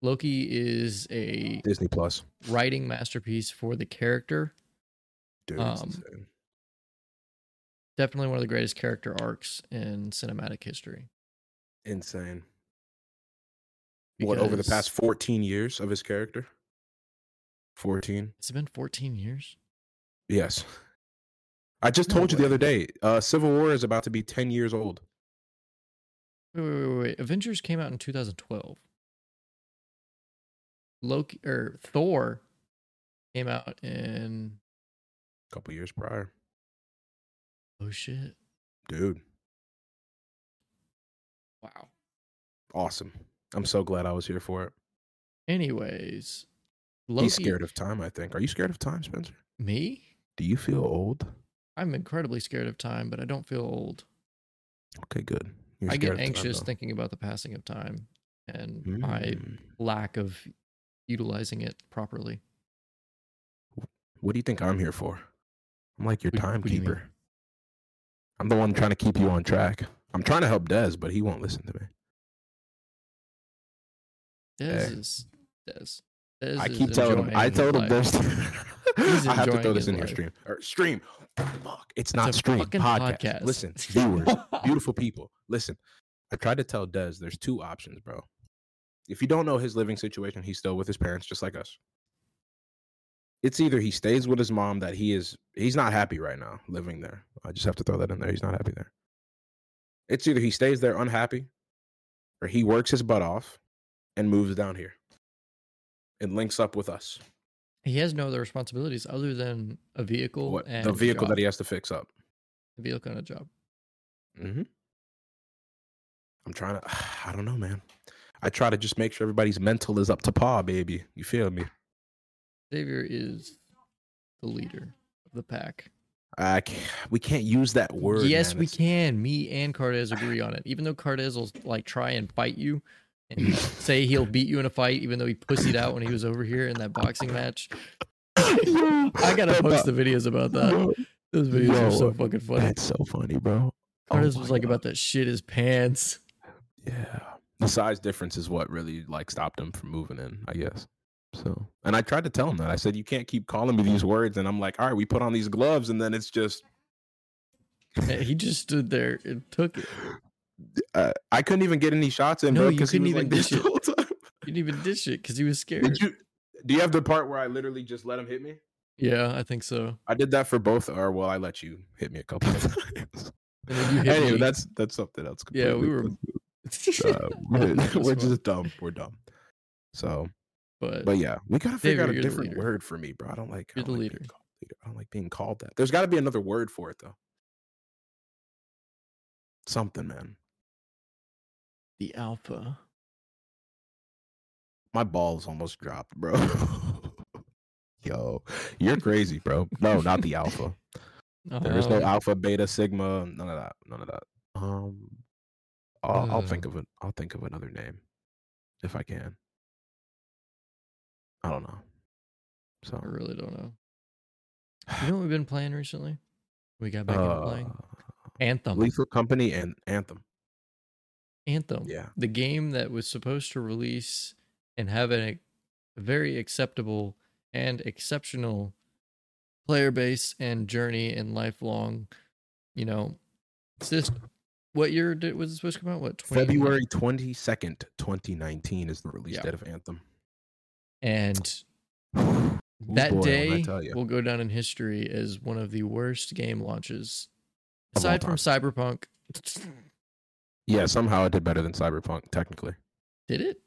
[SPEAKER 2] Loki is a
[SPEAKER 3] Disney Plus.
[SPEAKER 2] writing masterpiece for the character.
[SPEAKER 3] Dude, it's
[SPEAKER 2] Um,
[SPEAKER 3] insane.
[SPEAKER 2] Definitely one of the greatest character arcs in cinematic history.
[SPEAKER 3] insane. What over the
[SPEAKER 2] Because
[SPEAKER 3] past fourteen years of his character? Fourteen.
[SPEAKER 2] It's been 14 years.
[SPEAKER 3] Yes. I just
[SPEAKER 2] No
[SPEAKER 3] told you the
[SPEAKER 2] way.
[SPEAKER 3] other day, uh, Civil War is about to be 10 years old.
[SPEAKER 2] Wait, wait, wait, wait. Avengers came out in 2012. Loki or Thor came out in
[SPEAKER 3] A couple years prior.
[SPEAKER 2] oh shit.
[SPEAKER 3] Dude,
[SPEAKER 2] Wow.
[SPEAKER 3] awesome. I'm so glad I was here for it.
[SPEAKER 2] Anyways, Loki
[SPEAKER 3] He's scared of time, I think. Are you scared of time, Spencer?
[SPEAKER 2] me?
[SPEAKER 3] Do you feel old?
[SPEAKER 2] I'm incredibly scared of time, but I don't feel old.
[SPEAKER 3] Okay, good. You're
[SPEAKER 2] I
[SPEAKER 3] scared
[SPEAKER 2] get
[SPEAKER 3] of time,
[SPEAKER 2] anxious
[SPEAKER 3] though. Hmm.
[SPEAKER 2] thinking about the passing of time and my
[SPEAKER 3] Mm.
[SPEAKER 2] lack of utilizing it properly.
[SPEAKER 3] What do you think I'm here for? I'm like your
[SPEAKER 2] What- what do you mean?
[SPEAKER 3] timekeeper. I'm the one trying to keep you on track. I'm trying to help Dez, but he won't listen to me.
[SPEAKER 2] Dez
[SPEAKER 3] Hey.
[SPEAKER 2] is Dez.
[SPEAKER 3] Eh.
[SPEAKER 2] Dez
[SPEAKER 3] I
[SPEAKER 2] is
[SPEAKER 3] keep telling him. I
[SPEAKER 2] enjoying
[SPEAKER 3] told him
[SPEAKER 2] life.
[SPEAKER 3] there's.
[SPEAKER 2] He's
[SPEAKER 3] I have to throw
[SPEAKER 2] enjoying
[SPEAKER 3] this
[SPEAKER 2] his
[SPEAKER 3] in your
[SPEAKER 2] life.
[SPEAKER 3] stream. Or stream. Fuck. It's not
[SPEAKER 2] a
[SPEAKER 3] stream.
[SPEAKER 2] fucking
[SPEAKER 3] Podcast.
[SPEAKER 2] podcast.
[SPEAKER 3] Listen, viewers, beautiful people. Listen, I tried to tell Dez there's two options, bro. If you don't know his living situation, he's still with his parents, just like us. It's either he stays with his mom that he is he's not happy right now living there. I just have to throw that in there. He's not happy there. It's either he stays there unhappy, or he works his butt off and moves down here and links up with us.
[SPEAKER 2] He has no other responsibilities other than a vehicle
[SPEAKER 3] what
[SPEAKER 2] and
[SPEAKER 3] the vehicle that he
[SPEAKER 2] has
[SPEAKER 3] has to fix up.
[SPEAKER 2] a vehicle and a job.
[SPEAKER 3] Mm-hmm. I'm trying to. I don't know, man. I try to just make sure everybody's mental is up to par, baby. You feel me?
[SPEAKER 2] Xavier is the leader of the pack.
[SPEAKER 3] I can't, we can't use that word.
[SPEAKER 2] yes,
[SPEAKER 3] man.
[SPEAKER 2] we
[SPEAKER 3] It's-
[SPEAKER 2] can. Me and Cardez agree on it. Even though Cardez will like try and fight you and say he'll beat you in a fight, even though he pussied out when he was over here in that boxing match.
[SPEAKER 3] Yo,
[SPEAKER 2] I gotta
[SPEAKER 3] that-
[SPEAKER 2] post the videos about that.
[SPEAKER 3] bro,
[SPEAKER 2] Those videos are so
[SPEAKER 3] Yo,
[SPEAKER 2] fucking funny.
[SPEAKER 3] That's so funny, bro. oh
[SPEAKER 2] Cardez
[SPEAKER 3] my
[SPEAKER 2] was like
[SPEAKER 3] God.
[SPEAKER 2] about that shit his pants.
[SPEAKER 3] Yeah. The size difference is what really like stopped him from moving in, I guess. So, and I tried to tell him that. I said, "You can't keep calling me these words." And I'm like, "All right, we put on these gloves, and then it's just."
[SPEAKER 2] And he just stood there and took it.
[SPEAKER 3] uh, I couldn't even get any shots in,
[SPEAKER 2] No,
[SPEAKER 3] bro,
[SPEAKER 2] you
[SPEAKER 3] because he
[SPEAKER 2] couldn't
[SPEAKER 3] was like
[SPEAKER 2] even
[SPEAKER 3] this the
[SPEAKER 2] dish it.
[SPEAKER 3] whole time.
[SPEAKER 2] He didn't even dish it because he was scared.
[SPEAKER 3] Did you? Do you have the part where I literally just let him hit me?
[SPEAKER 2] Yeah, I think so.
[SPEAKER 3] I did that for both. Or well, I let you hit me a couple of times.
[SPEAKER 2] And then you hit
[SPEAKER 3] anyway,
[SPEAKER 2] me.
[SPEAKER 3] that's that's something else.
[SPEAKER 2] Yeah, we
[SPEAKER 3] completely. Uh,
[SPEAKER 2] That was
[SPEAKER 3] we're, we're
[SPEAKER 2] fun.
[SPEAKER 3] just dumb. We're dumb. So,
[SPEAKER 2] but,
[SPEAKER 3] but yeah, we gotta figure
[SPEAKER 2] Xavier,
[SPEAKER 3] out a
[SPEAKER 2] you're the
[SPEAKER 3] different
[SPEAKER 2] leader.
[SPEAKER 3] word for me, bro. I don't like. I
[SPEAKER 2] You're
[SPEAKER 3] don't
[SPEAKER 2] the
[SPEAKER 3] like being
[SPEAKER 2] leader.
[SPEAKER 3] called leader. I don't like being called that. There's got to be another word for it though. Something, man.
[SPEAKER 2] the alpha.
[SPEAKER 3] my balls almost dropped, bro. Yo, you're crazy, bro. No, not the alpha. There is no
[SPEAKER 2] Um,
[SPEAKER 3] alpha, beta, sigma, none of that. None of that. Um, I'll, I'll
[SPEAKER 2] Mm.
[SPEAKER 3] think of an I'll think of another name if I can. I don't know. So
[SPEAKER 2] I really don't know. You know what we've been playing recently? We got back Oh. into playing
[SPEAKER 3] uh,
[SPEAKER 2] Anthem.
[SPEAKER 3] Lethal Company and Anthem.
[SPEAKER 2] Anthem.
[SPEAKER 3] Yeah.
[SPEAKER 2] The game that was supposed to release and have a very acceptable and exceptional player base and journey and lifelong, you know, it's this. What year did, was it supposed to come out? What 20?
[SPEAKER 3] February twenty second, twenty nineteen is the release
[SPEAKER 2] Yeah.
[SPEAKER 3] date of Anthem.
[SPEAKER 2] And
[SPEAKER 3] Ooh,
[SPEAKER 2] that
[SPEAKER 3] boy, when I
[SPEAKER 2] day
[SPEAKER 3] tell ya.
[SPEAKER 2] will go down in history as one of the worst game launches,
[SPEAKER 3] Of all
[SPEAKER 2] aside from Cyberpunk.
[SPEAKER 3] Yeah, somehow it did better than Cyberpunk, technically.
[SPEAKER 2] Did it?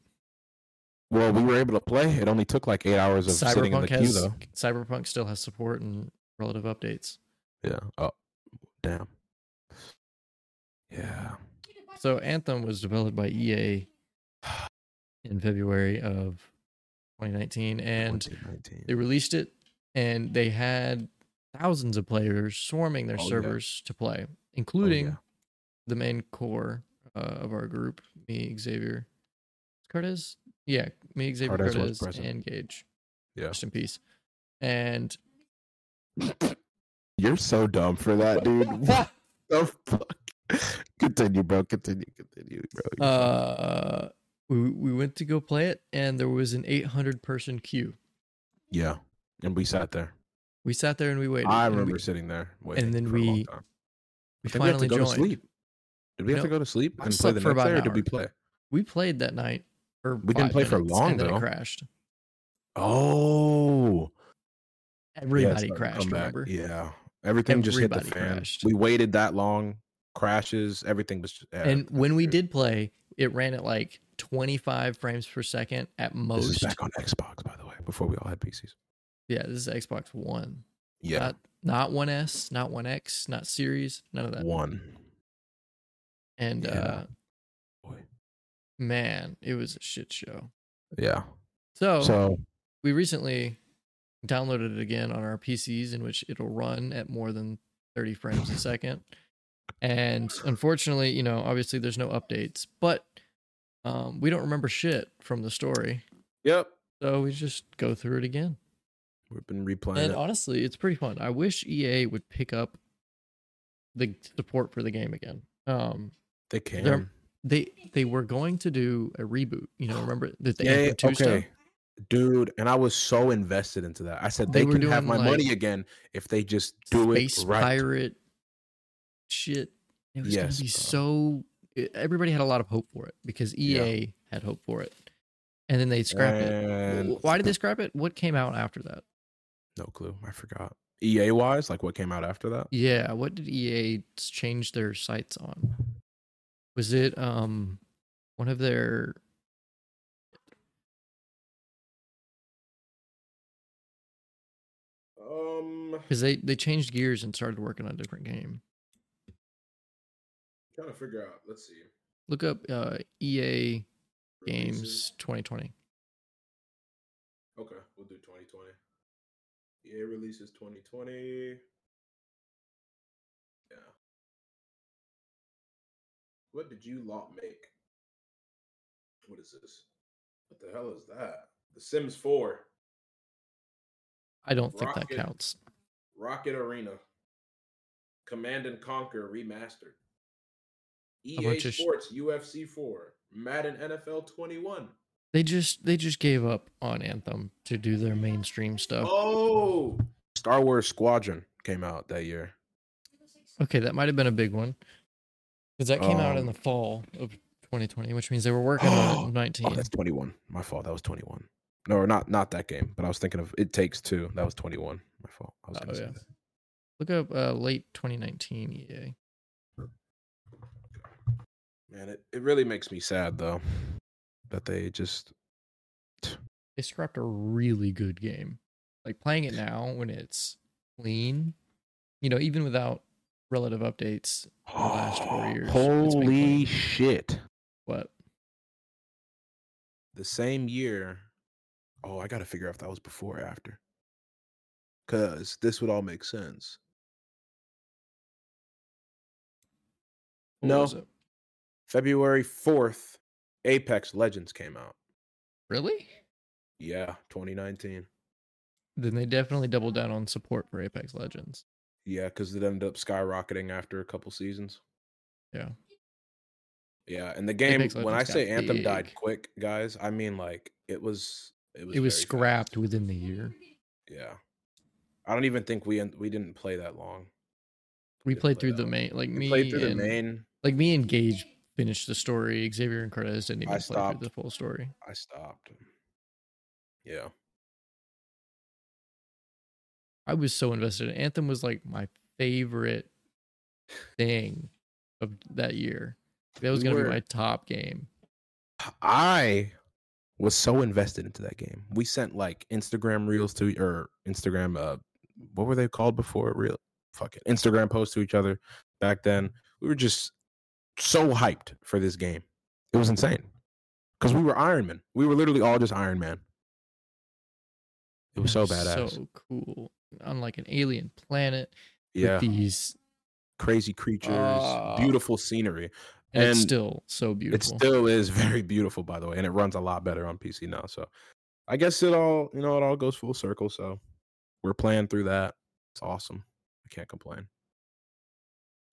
[SPEAKER 3] Well, we were able to play. It only took like eight hours of sitting in the
[SPEAKER 2] Cyberpunk
[SPEAKER 3] queue,
[SPEAKER 2] has
[SPEAKER 3] though.
[SPEAKER 2] Cyberpunk still has support and relative updates.
[SPEAKER 3] Yeah. Oh, damn. Yeah.
[SPEAKER 2] So Anthem was developed by EA in February of 2019 and
[SPEAKER 3] 2019.
[SPEAKER 2] they released it and they had thousands of players swarming their
[SPEAKER 3] Oh, yeah. Oh,
[SPEAKER 2] servers to play, including the main core uh, of our group, me, Xavier, Cardes, yeah, me, Xavier,
[SPEAKER 3] Cardes was
[SPEAKER 2] Cardes,
[SPEAKER 3] present.
[SPEAKER 2] and Gage,
[SPEAKER 3] Yeah.
[SPEAKER 2] rest in peace. And
[SPEAKER 3] You're so dumb for that, dude. what the fuck? Continue, bro. Continue. Continue, bro. You're fine.
[SPEAKER 2] uh, we we went to go play it, and there was an 800 person queue.
[SPEAKER 3] yeah. And we sat there.
[SPEAKER 2] We sat there and we waited.
[SPEAKER 3] I
[SPEAKER 2] and we-
[SPEAKER 3] remember sitting there. Waiting
[SPEAKER 2] then
[SPEAKER 3] for a long
[SPEAKER 2] we-
[SPEAKER 3] time.
[SPEAKER 2] we,
[SPEAKER 3] I think we had
[SPEAKER 2] finally
[SPEAKER 3] to go
[SPEAKER 2] joined.
[SPEAKER 3] to sleep. Did we have
[SPEAKER 2] No,
[SPEAKER 3] to go to sleep
[SPEAKER 2] I
[SPEAKER 3] and play
[SPEAKER 2] slept
[SPEAKER 3] the
[SPEAKER 2] for
[SPEAKER 3] next
[SPEAKER 2] about
[SPEAKER 3] day,
[SPEAKER 2] an
[SPEAKER 3] or did we
[SPEAKER 2] hour.
[SPEAKER 3] play?
[SPEAKER 2] We played that night. For
[SPEAKER 3] We didn't
[SPEAKER 2] five
[SPEAKER 3] play for
[SPEAKER 2] minutes,
[SPEAKER 3] long,
[SPEAKER 2] and then
[SPEAKER 3] though.
[SPEAKER 2] It crashed.
[SPEAKER 3] Oh. Yeah,
[SPEAKER 2] Everybody
[SPEAKER 3] starting to
[SPEAKER 2] crashed.
[SPEAKER 3] come back.
[SPEAKER 2] Remember?
[SPEAKER 3] Yeah, everything just hit the
[SPEAKER 2] Everybody
[SPEAKER 3] fan.
[SPEAKER 2] crashed.
[SPEAKER 3] We waited that long, crashes, everything was. Just, yeah,
[SPEAKER 2] And when we
[SPEAKER 3] dude,
[SPEAKER 2] did play, it ran at like 25 frames per second at
[SPEAKER 3] this is
[SPEAKER 2] most.
[SPEAKER 3] back on Xbox, by the way, before we all had PCs.
[SPEAKER 2] Yeah, this is Xbox One.
[SPEAKER 3] Yeah,
[SPEAKER 2] Not not One S, not One X, not Series, none of that.
[SPEAKER 3] one.
[SPEAKER 2] And
[SPEAKER 3] yeah.
[SPEAKER 2] uh
[SPEAKER 3] Boy.
[SPEAKER 2] man, it was a shit show.
[SPEAKER 3] Yeah.
[SPEAKER 2] So,
[SPEAKER 3] So
[SPEAKER 2] we recently downloaded it again on our PCs, in which it'll run at more than 30 frames a second. And unfortunately, you know, obviously there's no updates, but um, we don't remember shit from the story.
[SPEAKER 3] yep.
[SPEAKER 2] So we just go through it again.
[SPEAKER 3] We've been replaying
[SPEAKER 2] And
[SPEAKER 3] it.
[SPEAKER 2] honestly, it's pretty fun. I wish EA would pick up the support for the game again. Um,
[SPEAKER 3] they can.
[SPEAKER 2] they're- they they were going to do a reboot. You know, remember that they
[SPEAKER 3] Yeah, yeah, okay. Dude, and I was so invested into that. I said
[SPEAKER 2] They
[SPEAKER 3] they,
[SPEAKER 2] were
[SPEAKER 3] can have
[SPEAKER 2] doing,
[SPEAKER 3] my
[SPEAKER 2] like,
[SPEAKER 3] money again if they just do
[SPEAKER 2] space
[SPEAKER 3] it right.
[SPEAKER 2] pirate shit. It was
[SPEAKER 3] Yes,
[SPEAKER 2] gonna
[SPEAKER 3] bro.
[SPEAKER 2] be so. it- Everybody had a lot of hope for it because
[SPEAKER 3] Yeah.
[SPEAKER 2] EA had hope for it, and then they scrapped it.
[SPEAKER 3] And-
[SPEAKER 2] W- Why did they scrap it? What came out after that?
[SPEAKER 3] No clue. I forgot. EA E wise, like what came out after that?
[SPEAKER 2] Yeah, what did EA s- change their sights on? Was it um one of their
[SPEAKER 3] Um,
[SPEAKER 2] because they they changed gears and started working on a different game.
[SPEAKER 3] trying to figure out. Let's see.
[SPEAKER 2] Look up uh, EA games 2020.
[SPEAKER 3] Okay, we'll do 2020. EA releases 2020. Yeah. What did you lot make? What is this? What the hell is that? The Sims 4,
[SPEAKER 2] I don't think
[SPEAKER 3] Rocket.
[SPEAKER 2] that counts.
[SPEAKER 3] Rocket Arena, Command and Conquer Remastered, EA
[SPEAKER 2] bunch of sh-
[SPEAKER 3] Sports UFC 4, Madden NFL 21.
[SPEAKER 2] They just they just gave up on Anthem to do their mainstream stuff.
[SPEAKER 3] Oh! Star Wars Squadron came out that year.
[SPEAKER 2] Okay, that might have been a big one because that came out in
[SPEAKER 3] Um,
[SPEAKER 2] the fall of 2020, which means they were working on it in 19.
[SPEAKER 3] Oh, that's 21. My fault. That was 21. No, or not not that game, but I was thinking of It Takes Two. That was 21. My fault. I was
[SPEAKER 2] Oh,
[SPEAKER 3] gonna say
[SPEAKER 2] yeah.
[SPEAKER 3] that.
[SPEAKER 2] Look up uh, late E 2019 EA.
[SPEAKER 3] Man, it, it really makes me sad though that they just
[SPEAKER 2] They scrapped a really good game. Like playing it now when it's clean, you know, even without relative updates, last four years, it's been
[SPEAKER 3] Holy
[SPEAKER 2] clean.
[SPEAKER 3] shit.
[SPEAKER 2] but
[SPEAKER 3] The same year. Oh, I gotta figure out if that was before or after. Cause this would all make sense.
[SPEAKER 2] what
[SPEAKER 3] No.
[SPEAKER 2] was it?
[SPEAKER 3] February 4th, Apex Legends came out.
[SPEAKER 2] Really?
[SPEAKER 3] Yeah, 2019.
[SPEAKER 2] Then they definitely doubled down on support for Apex Legends.
[SPEAKER 3] Yeah, because it ended up skyrocketing after a couple seasons.
[SPEAKER 2] Yeah.
[SPEAKER 3] Yeah, and the game
[SPEAKER 2] Apex
[SPEAKER 3] when I
[SPEAKER 2] Legends
[SPEAKER 3] say
[SPEAKER 2] got
[SPEAKER 3] Anthem died
[SPEAKER 2] big.
[SPEAKER 3] quick, guys, I mean like it was it was
[SPEAKER 2] It was
[SPEAKER 3] very fast.
[SPEAKER 2] scrapped within the year.
[SPEAKER 3] Yeah, I don't even think we en- we didn't play that long.
[SPEAKER 2] We
[SPEAKER 3] didn't
[SPEAKER 2] played
[SPEAKER 3] play
[SPEAKER 2] through
[SPEAKER 3] that
[SPEAKER 2] the
[SPEAKER 3] long.
[SPEAKER 2] main, like
[SPEAKER 3] uh, We
[SPEAKER 2] me
[SPEAKER 3] played through
[SPEAKER 2] and
[SPEAKER 3] the main.
[SPEAKER 2] like me and Gage finished the story. Xavier and Cortez
[SPEAKER 3] I
[SPEAKER 2] didn't even play through
[SPEAKER 3] stopped.
[SPEAKER 2] the full story.
[SPEAKER 3] I stopped. Yeah,
[SPEAKER 2] I was so invested. Anthem was like my favorite thing of that year. That was
[SPEAKER 3] We
[SPEAKER 2] gonna
[SPEAKER 3] were-
[SPEAKER 2] be my top game.
[SPEAKER 3] I was so invested into that game. We sent like Instagram reels to or Instagram uh what were they called before real fucking Instagram posts to each other back then. We were just so hyped for this game. It was insane. Cuz we were Iron Man. We were literally all just Iron Man. It was so badass.
[SPEAKER 2] so cool. On like an alien planet
[SPEAKER 3] yeah.
[SPEAKER 2] with these,
[SPEAKER 3] Crazy creatures,
[SPEAKER 2] Ah.
[SPEAKER 3] beautiful scenery.
[SPEAKER 2] and,
[SPEAKER 3] And
[SPEAKER 2] it's still so beautiful.
[SPEAKER 3] It still is very beautiful, by the way, and it runs a lot better on PC now. So I guess it all, you know, it all goes full circle. So we're playing through that. It's awesome. I can't complain.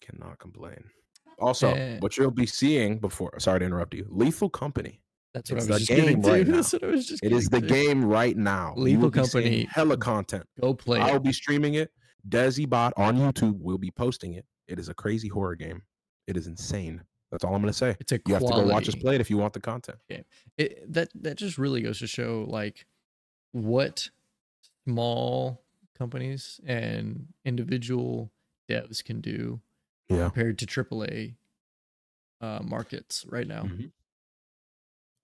[SPEAKER 3] Cannot complain. Also,
[SPEAKER 2] Eh.
[SPEAKER 3] what you'll be seeing before, sorry to interrupt you, Lethal Company.
[SPEAKER 2] That's what I
[SPEAKER 3] it's
[SPEAKER 2] was
[SPEAKER 3] the
[SPEAKER 2] just getting
[SPEAKER 3] game
[SPEAKER 2] to.
[SPEAKER 3] right
[SPEAKER 2] That's what I was just
[SPEAKER 3] It is the
[SPEAKER 2] getting to.
[SPEAKER 3] game right now. You
[SPEAKER 2] Lethal
[SPEAKER 3] will be seeing
[SPEAKER 2] Company.
[SPEAKER 3] Hella content.
[SPEAKER 2] Go play.
[SPEAKER 3] I'll
[SPEAKER 2] it.
[SPEAKER 3] be streaming it. DesiBot on YouTube will be posting it. It is a crazy horror game. It is insane. That's all I'm going to say.
[SPEAKER 2] It's a
[SPEAKER 3] You have
[SPEAKER 2] quality.
[SPEAKER 3] to go watch us play it if you want the content.
[SPEAKER 2] it, that that just really goes to show like what small companies and individual devs can do
[SPEAKER 3] Yeah.
[SPEAKER 2] compared to AAA uh, markets right now.
[SPEAKER 3] Mhm.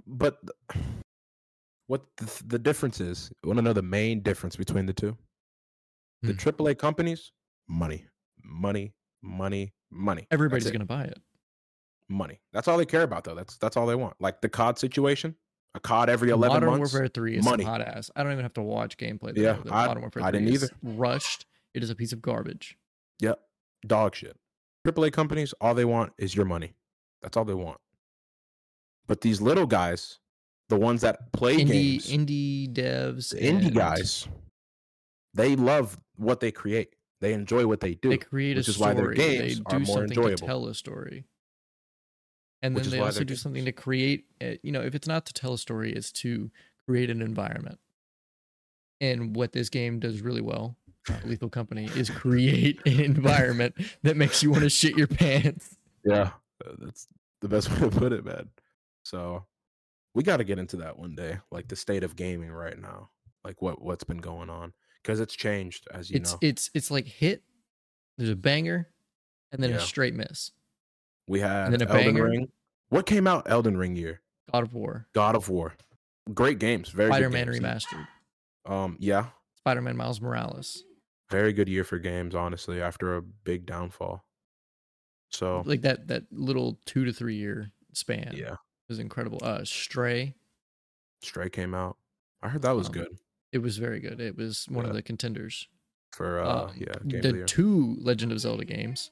[SPEAKER 3] But th- what the, th- the difference is, want to know the main difference between the two? The
[SPEAKER 2] Hmm.
[SPEAKER 3] AAA companies, money, money, money, money. That's
[SPEAKER 2] Everybody's
[SPEAKER 3] it,
[SPEAKER 2] going to buy it.
[SPEAKER 3] money. That's all they care about, though. That's that's all they want. Like the COD situation, a COD every eleven
[SPEAKER 2] Modern
[SPEAKER 3] months.
[SPEAKER 2] Warfare Three is
[SPEAKER 3] money.
[SPEAKER 2] hot ass. I don't even have to watch gameplay. to
[SPEAKER 3] Yeah,
[SPEAKER 2] know that
[SPEAKER 3] I-
[SPEAKER 2] Modern Warfare
[SPEAKER 3] I
[SPEAKER 2] 3
[SPEAKER 3] didn't
[SPEAKER 2] is rushed. It is a piece of garbage.
[SPEAKER 3] Yep, dog shit. AAA companies, all they want is your money. That's all they want. But these little guys, the ones that play
[SPEAKER 2] indie
[SPEAKER 3] games,
[SPEAKER 2] indie devs,
[SPEAKER 3] the indie
[SPEAKER 2] and
[SPEAKER 3] guys, they love what they create. They enjoy what they do.
[SPEAKER 2] They create a
[SPEAKER 3] which is why
[SPEAKER 2] story.
[SPEAKER 3] their
[SPEAKER 2] they
[SPEAKER 3] games
[SPEAKER 2] do
[SPEAKER 3] are more
[SPEAKER 2] something to
[SPEAKER 3] enjoyable.
[SPEAKER 2] tell a story, and
[SPEAKER 3] Which
[SPEAKER 2] then
[SPEAKER 3] is
[SPEAKER 2] they
[SPEAKER 3] why
[SPEAKER 2] also
[SPEAKER 3] their
[SPEAKER 2] do something to
[SPEAKER 3] games-
[SPEAKER 2] create. a- You know, if it's not to tell a story, it's to create an environment. And what this game does really well, uh, Lethal Company, is create an environment that makes you want to shit your pants.
[SPEAKER 3] Yeah, uh, that's the best way to put it, man. So we got to get into that one day, like the state of gaming right now, like what what's been going on, because it's changed as you
[SPEAKER 2] it's
[SPEAKER 3] know.
[SPEAKER 2] it's it's like hit. There's a banger, and then
[SPEAKER 3] Yeah.
[SPEAKER 2] a straight miss.
[SPEAKER 3] we had
[SPEAKER 2] then a
[SPEAKER 3] Elden
[SPEAKER 2] banger.
[SPEAKER 3] Ring. What came out Elden Ring year?
[SPEAKER 2] God of War,
[SPEAKER 3] God of War. Great games, very good
[SPEAKER 2] Spider-Man
[SPEAKER 3] games.
[SPEAKER 2] remastered,
[SPEAKER 3] Um, yeah,
[SPEAKER 2] Spider-Man Miles Morales.
[SPEAKER 3] very good year for games, honestly. After a big downfall, so
[SPEAKER 2] like that that little two to three year span
[SPEAKER 3] Oh. yeah,
[SPEAKER 2] was incredible uh stray
[SPEAKER 3] Stray came out. I heard that was
[SPEAKER 2] Um,
[SPEAKER 3] good
[SPEAKER 2] it was very good it was one of
[SPEAKER 3] Yeah.
[SPEAKER 2] the contenders
[SPEAKER 3] for uh,
[SPEAKER 2] Um,
[SPEAKER 3] yeah, game
[SPEAKER 2] the
[SPEAKER 3] of the year.
[SPEAKER 2] two legend of zelda games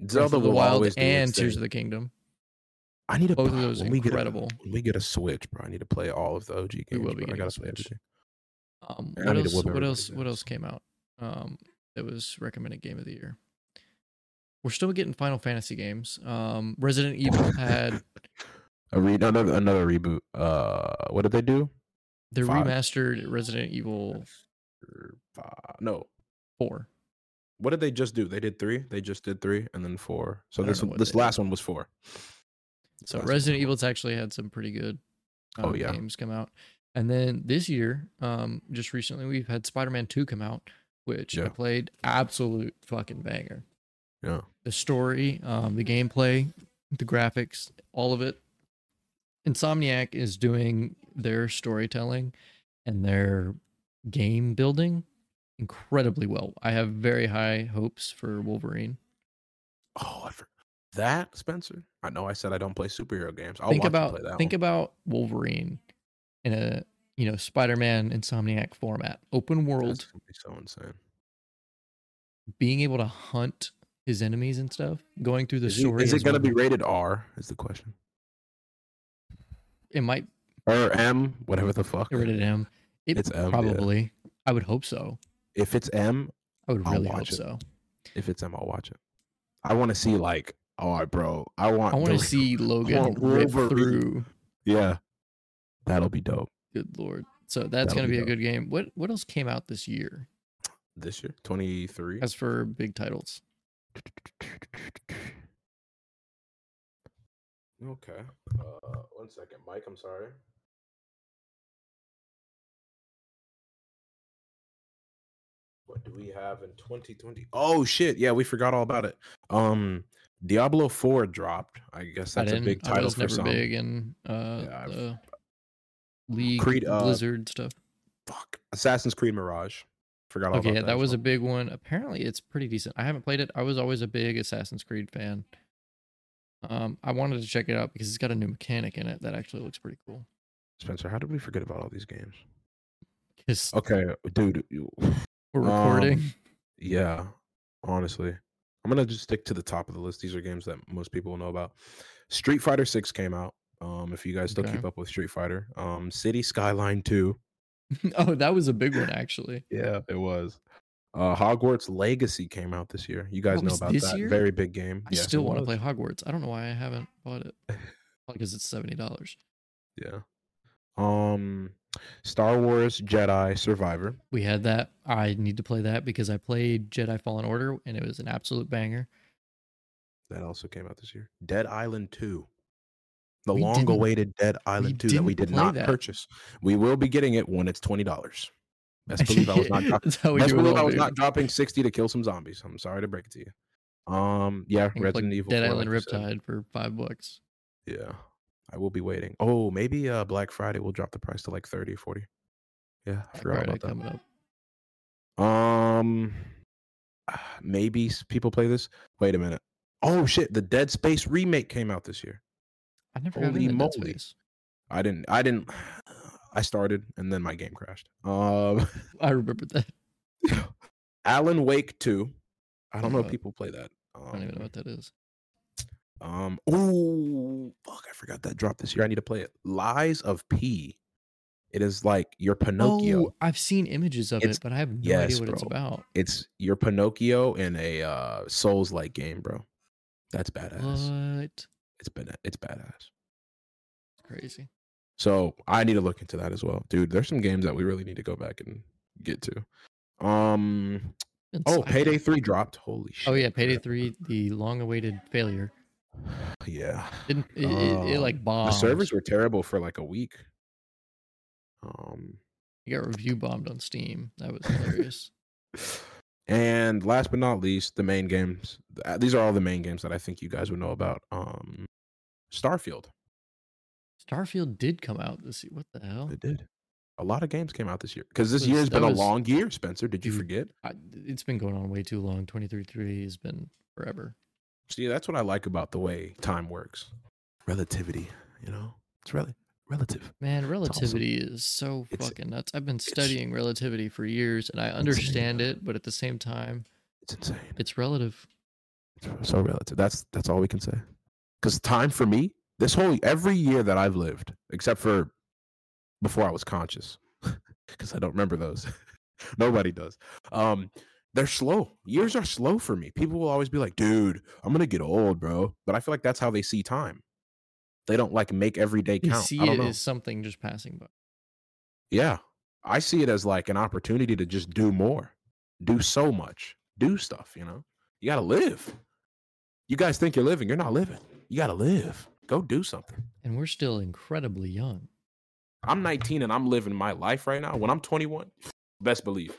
[SPEAKER 2] Breath
[SPEAKER 3] Zelda
[SPEAKER 2] of the
[SPEAKER 3] will
[SPEAKER 2] wild
[SPEAKER 3] always do its
[SPEAKER 2] and tears
[SPEAKER 3] thing.
[SPEAKER 2] of the kingdom
[SPEAKER 3] I need to
[SPEAKER 2] Both of
[SPEAKER 3] buy-
[SPEAKER 2] those
[SPEAKER 3] when we get a-
[SPEAKER 2] incredible.
[SPEAKER 3] when we get a Switch, bro, I need to play all of the OG games.
[SPEAKER 2] We
[SPEAKER 3] bro.
[SPEAKER 2] will be
[SPEAKER 3] I
[SPEAKER 2] getting
[SPEAKER 3] gotta
[SPEAKER 2] a
[SPEAKER 3] play
[SPEAKER 2] Switch.
[SPEAKER 3] everything.
[SPEAKER 2] um
[SPEAKER 3] I
[SPEAKER 2] what
[SPEAKER 3] need to whip
[SPEAKER 2] else what
[SPEAKER 3] everybody's
[SPEAKER 2] else what
[SPEAKER 3] ass.
[SPEAKER 2] else came out um that was recommended game of the year we're still getting final fantasy games um resident evil had
[SPEAKER 3] A re- another another reboot. Uh, what did they do?
[SPEAKER 2] the
[SPEAKER 3] Five.
[SPEAKER 2] remastered resident evil
[SPEAKER 3] Er, fi- No,
[SPEAKER 2] 4
[SPEAKER 3] what did they just do? They did three. They just did three, and then four. So
[SPEAKER 2] I don't
[SPEAKER 3] this
[SPEAKER 2] know what
[SPEAKER 3] this
[SPEAKER 2] they
[SPEAKER 3] last one was four. This
[SPEAKER 2] So
[SPEAKER 3] last one
[SPEAKER 2] Resident
[SPEAKER 3] was-
[SPEAKER 2] Evil's actually had some pretty good
[SPEAKER 3] Oh,
[SPEAKER 2] um,
[SPEAKER 3] yeah.
[SPEAKER 2] games come out. And then this year, um, just recently, we've had Spider-Man 2 come out, which I
[SPEAKER 3] Yeah.
[SPEAKER 2] played absolute fucking banger.
[SPEAKER 3] Yeah,
[SPEAKER 2] The story, um, the gameplay, the graphics, all of it. Insomniac is doing their storytelling and their game building incredibly well. I have very high hopes for Wolverine.
[SPEAKER 3] Oh, I for- that Spencer. I know. I said I don't play superhero games. I'll
[SPEAKER 2] think
[SPEAKER 3] watch you
[SPEAKER 2] about
[SPEAKER 3] play that
[SPEAKER 2] think
[SPEAKER 3] one.
[SPEAKER 2] about Wolverine in a you know Spider-Man Insomniac format, open
[SPEAKER 3] That's
[SPEAKER 2] world,
[SPEAKER 3] gonna be so insane.
[SPEAKER 2] being able to hunt his enemies and stuff, going through the
[SPEAKER 3] Is, he-
[SPEAKER 2] story.
[SPEAKER 3] is it
[SPEAKER 2] as
[SPEAKER 3] gonna be
[SPEAKER 2] Wolverine.
[SPEAKER 3] rated R? Is the question
[SPEAKER 2] It might
[SPEAKER 3] or M? Whatever the fuck.
[SPEAKER 2] get rid of him. It
[SPEAKER 3] It's M, Oh, yeah.
[SPEAKER 2] probably. I would hope so.
[SPEAKER 3] If it's M,
[SPEAKER 2] I would
[SPEAKER 3] I'll
[SPEAKER 2] really hope
[SPEAKER 3] watch it.
[SPEAKER 2] so.
[SPEAKER 3] If it's him, I'll watch it. I want to see like, all right, bro. I want.
[SPEAKER 2] I want
[SPEAKER 3] the
[SPEAKER 2] to
[SPEAKER 3] real-
[SPEAKER 2] see Logan
[SPEAKER 3] want
[SPEAKER 2] rip
[SPEAKER 3] Wolverine.
[SPEAKER 2] through.
[SPEAKER 3] Yeah, that'll be dope.
[SPEAKER 2] Good lord. So that's
[SPEAKER 3] That'll
[SPEAKER 2] going to
[SPEAKER 3] be
[SPEAKER 2] be a
[SPEAKER 3] dope.
[SPEAKER 2] good game. What what else came out this year
[SPEAKER 3] This year, twenty three.
[SPEAKER 2] as for big titles?
[SPEAKER 3] Okay. Uh, one second, Mike. I'm sorry. What do we have in 2020? Oh shit! Yeah, we forgot all about it. Um, Diablo Four dropped. I guess
[SPEAKER 2] I
[SPEAKER 3] that's a
[SPEAKER 2] didn't.
[SPEAKER 3] big
[SPEAKER 2] I
[SPEAKER 3] title
[SPEAKER 2] was
[SPEAKER 3] for
[SPEAKER 2] never
[SPEAKER 3] some.
[SPEAKER 2] big in uh,
[SPEAKER 3] Yeah, I've-
[SPEAKER 2] the League
[SPEAKER 3] Creed, uh,
[SPEAKER 2] Blizzard stuff.
[SPEAKER 3] Fuck. Assassin's Creed Mirage. Forgot all about
[SPEAKER 2] okay, yeah,
[SPEAKER 3] that.
[SPEAKER 2] that,
[SPEAKER 3] as
[SPEAKER 2] was
[SPEAKER 3] well.
[SPEAKER 2] a big one. Apparently, it's pretty decent. I haven't played it. I was always a big Assassin's Creed fan. Um, I wanted to check it out because it's got a new mechanic in it that actually looks pretty cool.
[SPEAKER 3] Spencer, how did we forget about all these games?
[SPEAKER 2] Because
[SPEAKER 3] Okay, dude. you-
[SPEAKER 2] we're
[SPEAKER 3] um,
[SPEAKER 2] recording.
[SPEAKER 3] Yeah, honestly, I'm gonna just stick to the top of the list. These are games that most people will know about. Street Fighter Six came out. Um, if you guys still
[SPEAKER 2] Okay.
[SPEAKER 3] keep up with Street Fighter, um, City Skyline Two.
[SPEAKER 2] oh, that was a big one actually.
[SPEAKER 3] Yeah, it was. Uh, Hogwarts Legacy came out this year. You guys
[SPEAKER 2] What
[SPEAKER 3] know
[SPEAKER 2] was
[SPEAKER 3] about
[SPEAKER 2] Oh, this
[SPEAKER 3] that
[SPEAKER 2] year?
[SPEAKER 3] very big game.
[SPEAKER 2] I
[SPEAKER 3] Yes, it
[SPEAKER 2] still want to
[SPEAKER 3] was.
[SPEAKER 2] play Hogwarts. I don't know why I haven't bought it. Because it's seventy dollars.
[SPEAKER 3] Yeah. Um, Star Wars Jedi Survivor.
[SPEAKER 2] We had that. I need to play that because I played Jedi Fallen Order and it was an absolute banger.
[SPEAKER 3] That also came out this year. Dead Island 2. The
[SPEAKER 2] We didn't-
[SPEAKER 3] long awaited Dead Island 2 that we
[SPEAKER 2] didn't
[SPEAKER 3] did
[SPEAKER 2] play
[SPEAKER 3] not
[SPEAKER 2] that.
[SPEAKER 3] purchase. We will be getting it when it's $20. Best believe I was not, drop-
[SPEAKER 2] That's how we
[SPEAKER 3] best
[SPEAKER 2] do it
[SPEAKER 3] believe I
[SPEAKER 2] all,
[SPEAKER 3] was
[SPEAKER 2] dude.
[SPEAKER 3] not dropping 60 to kill some zombies. I'm sorry to break it to you. Um, yeah,
[SPEAKER 2] I can play
[SPEAKER 3] Resident Evil.
[SPEAKER 2] Dead
[SPEAKER 3] 4,
[SPEAKER 2] Island
[SPEAKER 3] like you said.
[SPEAKER 2] Riptide for five bucks.
[SPEAKER 3] Yeah. I will be waiting. Oh, maybe uh Black Friday will drop the price to like 30 40. Yeah, I forgot
[SPEAKER 2] Friday
[SPEAKER 3] about that.
[SPEAKER 2] coming up.
[SPEAKER 3] Um, ah, maybe s- people play this. Wait a minute. Oh shit! The Dead Space remake came out this year.
[SPEAKER 2] I never got
[SPEAKER 3] Holy
[SPEAKER 2] into Dead
[SPEAKER 3] moly.
[SPEAKER 2] Space.
[SPEAKER 3] I didn't. I didn't. I started and then my game crashed. Um,
[SPEAKER 2] I remember that.
[SPEAKER 3] Alan Wake Two. I don't know if
[SPEAKER 2] Uh,
[SPEAKER 3] people play that.
[SPEAKER 2] I don't even
[SPEAKER 3] Um,
[SPEAKER 2] know what that is.
[SPEAKER 3] Um, oh fuck, I forgot that dropped this year. I need to play it. Lies of P. It is like your Pinocchio.
[SPEAKER 2] Oh, I've seen images of
[SPEAKER 3] It's-
[SPEAKER 2] it, but I have no
[SPEAKER 3] yes,
[SPEAKER 2] idea what it's
[SPEAKER 3] bro.
[SPEAKER 2] about.
[SPEAKER 3] It's your Pinocchio in a uh Souls like game, bro. That's badass.
[SPEAKER 2] What?
[SPEAKER 3] It's been it's badass.
[SPEAKER 2] Crazy.
[SPEAKER 3] So I need to look into that as well. Dude, there's some games that we really need to go back and get to. Um
[SPEAKER 2] Been
[SPEAKER 3] oh,
[SPEAKER 2] slacking.
[SPEAKER 3] Payday 3 dropped. Holy shit.
[SPEAKER 2] Oh yeah, Payday
[SPEAKER 3] bro.
[SPEAKER 2] Three, the long-awaited failure.
[SPEAKER 3] Yeah.
[SPEAKER 2] Didn't it, it, it,
[SPEAKER 3] Um,
[SPEAKER 2] like bombed?
[SPEAKER 3] The servers were terrible for like a week. Um
[SPEAKER 2] It got review bombed on Steam. That was hilarious.
[SPEAKER 3] And last but not least, the main games. Uh, These are all the main games that I think you guys would know about. Um, Starfield.
[SPEAKER 2] Starfield did come out this year. What the hell?
[SPEAKER 3] It did. A lot of games came out this year because this
[SPEAKER 2] Was-
[SPEAKER 3] year has
[SPEAKER 2] that
[SPEAKER 3] been
[SPEAKER 2] was-
[SPEAKER 3] a long year. Spencer, did you
[SPEAKER 2] Dude.
[SPEAKER 3] forget?
[SPEAKER 2] I, it's been going on way too long. 2033 has been forever.
[SPEAKER 3] See, that's what I like about the way time works. Relativity. You know, it's really relative.
[SPEAKER 2] Man,
[SPEAKER 3] awesome.
[SPEAKER 2] relativity is so
[SPEAKER 3] It's-
[SPEAKER 2] fucking nuts. I've been
[SPEAKER 3] it's-
[SPEAKER 2] studying relativity for years and I understand it, but at the same time,
[SPEAKER 3] It's insane.
[SPEAKER 2] it's relative.
[SPEAKER 3] It's so relative. That's that's all we can say. Because time for me, this whole every year that I've lived, except for before I was conscious, because I don't remember those. Nobody does. Um, they're slow. Years are slow for me. People will always be like, "Dude, I'm gonna get old, bro." But I feel like that's how they see time. They don't like make every day
[SPEAKER 2] You
[SPEAKER 3] count.
[SPEAKER 2] see
[SPEAKER 3] I
[SPEAKER 2] it
[SPEAKER 3] don't
[SPEAKER 2] as
[SPEAKER 3] know.
[SPEAKER 2] something just passing by.
[SPEAKER 3] Yeah. I see it as like an opportunity to just do more, do so much, do stuff, you know? You got to live. You guys think you're living, you're not living. You got to live. Go do something.
[SPEAKER 2] And we're still incredibly young.
[SPEAKER 3] I'm 19 and I'm living my life right now. When I'm 21, best believe.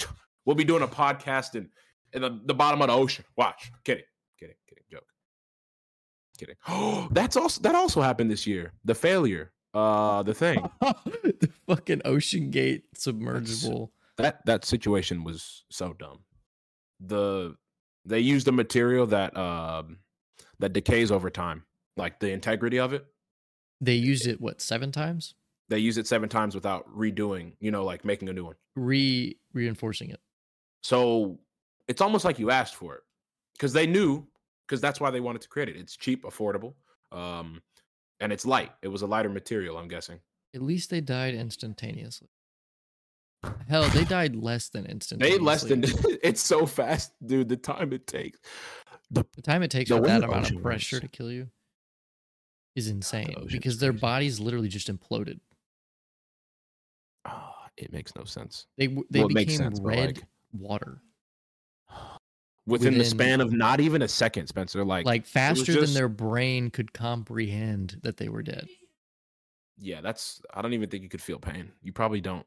[SPEAKER 3] We'll be doing a podcast in, in the, the bottom of the ocean. Watch. Kidding. Kidding. Kidding. Joke. Kidding. Oh, that's also that also happened this year. The failure. Uh the thing.
[SPEAKER 2] the fucking Ocean Gate submergible.
[SPEAKER 3] that that situation was so dumb. The they used a material that um that decays over time, like the integrity of it.
[SPEAKER 2] They used it, what, seven times?
[SPEAKER 3] They use it seven times without redoing, you know, like making a new one.
[SPEAKER 2] Re reinforcing it.
[SPEAKER 3] So it's almost like you asked for it because they knew because that's why they wanted to create it. It's cheap, affordable, um, and it's light. It was a lighter material, I'm guessing.
[SPEAKER 2] At least they died instantaneously. Hell, they died less than instantaneously.
[SPEAKER 3] They less than it's so fast, dude. The time it takes.
[SPEAKER 2] The time it takes
[SPEAKER 3] The
[SPEAKER 2] for
[SPEAKER 3] way
[SPEAKER 2] that
[SPEAKER 3] the
[SPEAKER 2] amount
[SPEAKER 3] ocean
[SPEAKER 2] of pressure
[SPEAKER 3] works.
[SPEAKER 2] to kill you is insane
[SPEAKER 3] ocean's
[SPEAKER 2] because their
[SPEAKER 3] crazy.
[SPEAKER 2] bodies literally just imploded.
[SPEAKER 3] Ah, it makes no sense.
[SPEAKER 2] They w- they
[SPEAKER 3] Well, it
[SPEAKER 2] became
[SPEAKER 3] makes sense, but,
[SPEAKER 2] red
[SPEAKER 3] like-
[SPEAKER 2] water.
[SPEAKER 3] within, the
[SPEAKER 2] within-
[SPEAKER 3] span of not even a second, Spencer. Like,
[SPEAKER 2] Like, faster than
[SPEAKER 3] just-
[SPEAKER 2] their brain could comprehend that they were dead.
[SPEAKER 3] yeah, that's. I don't even think you could feel pain. You probably don't.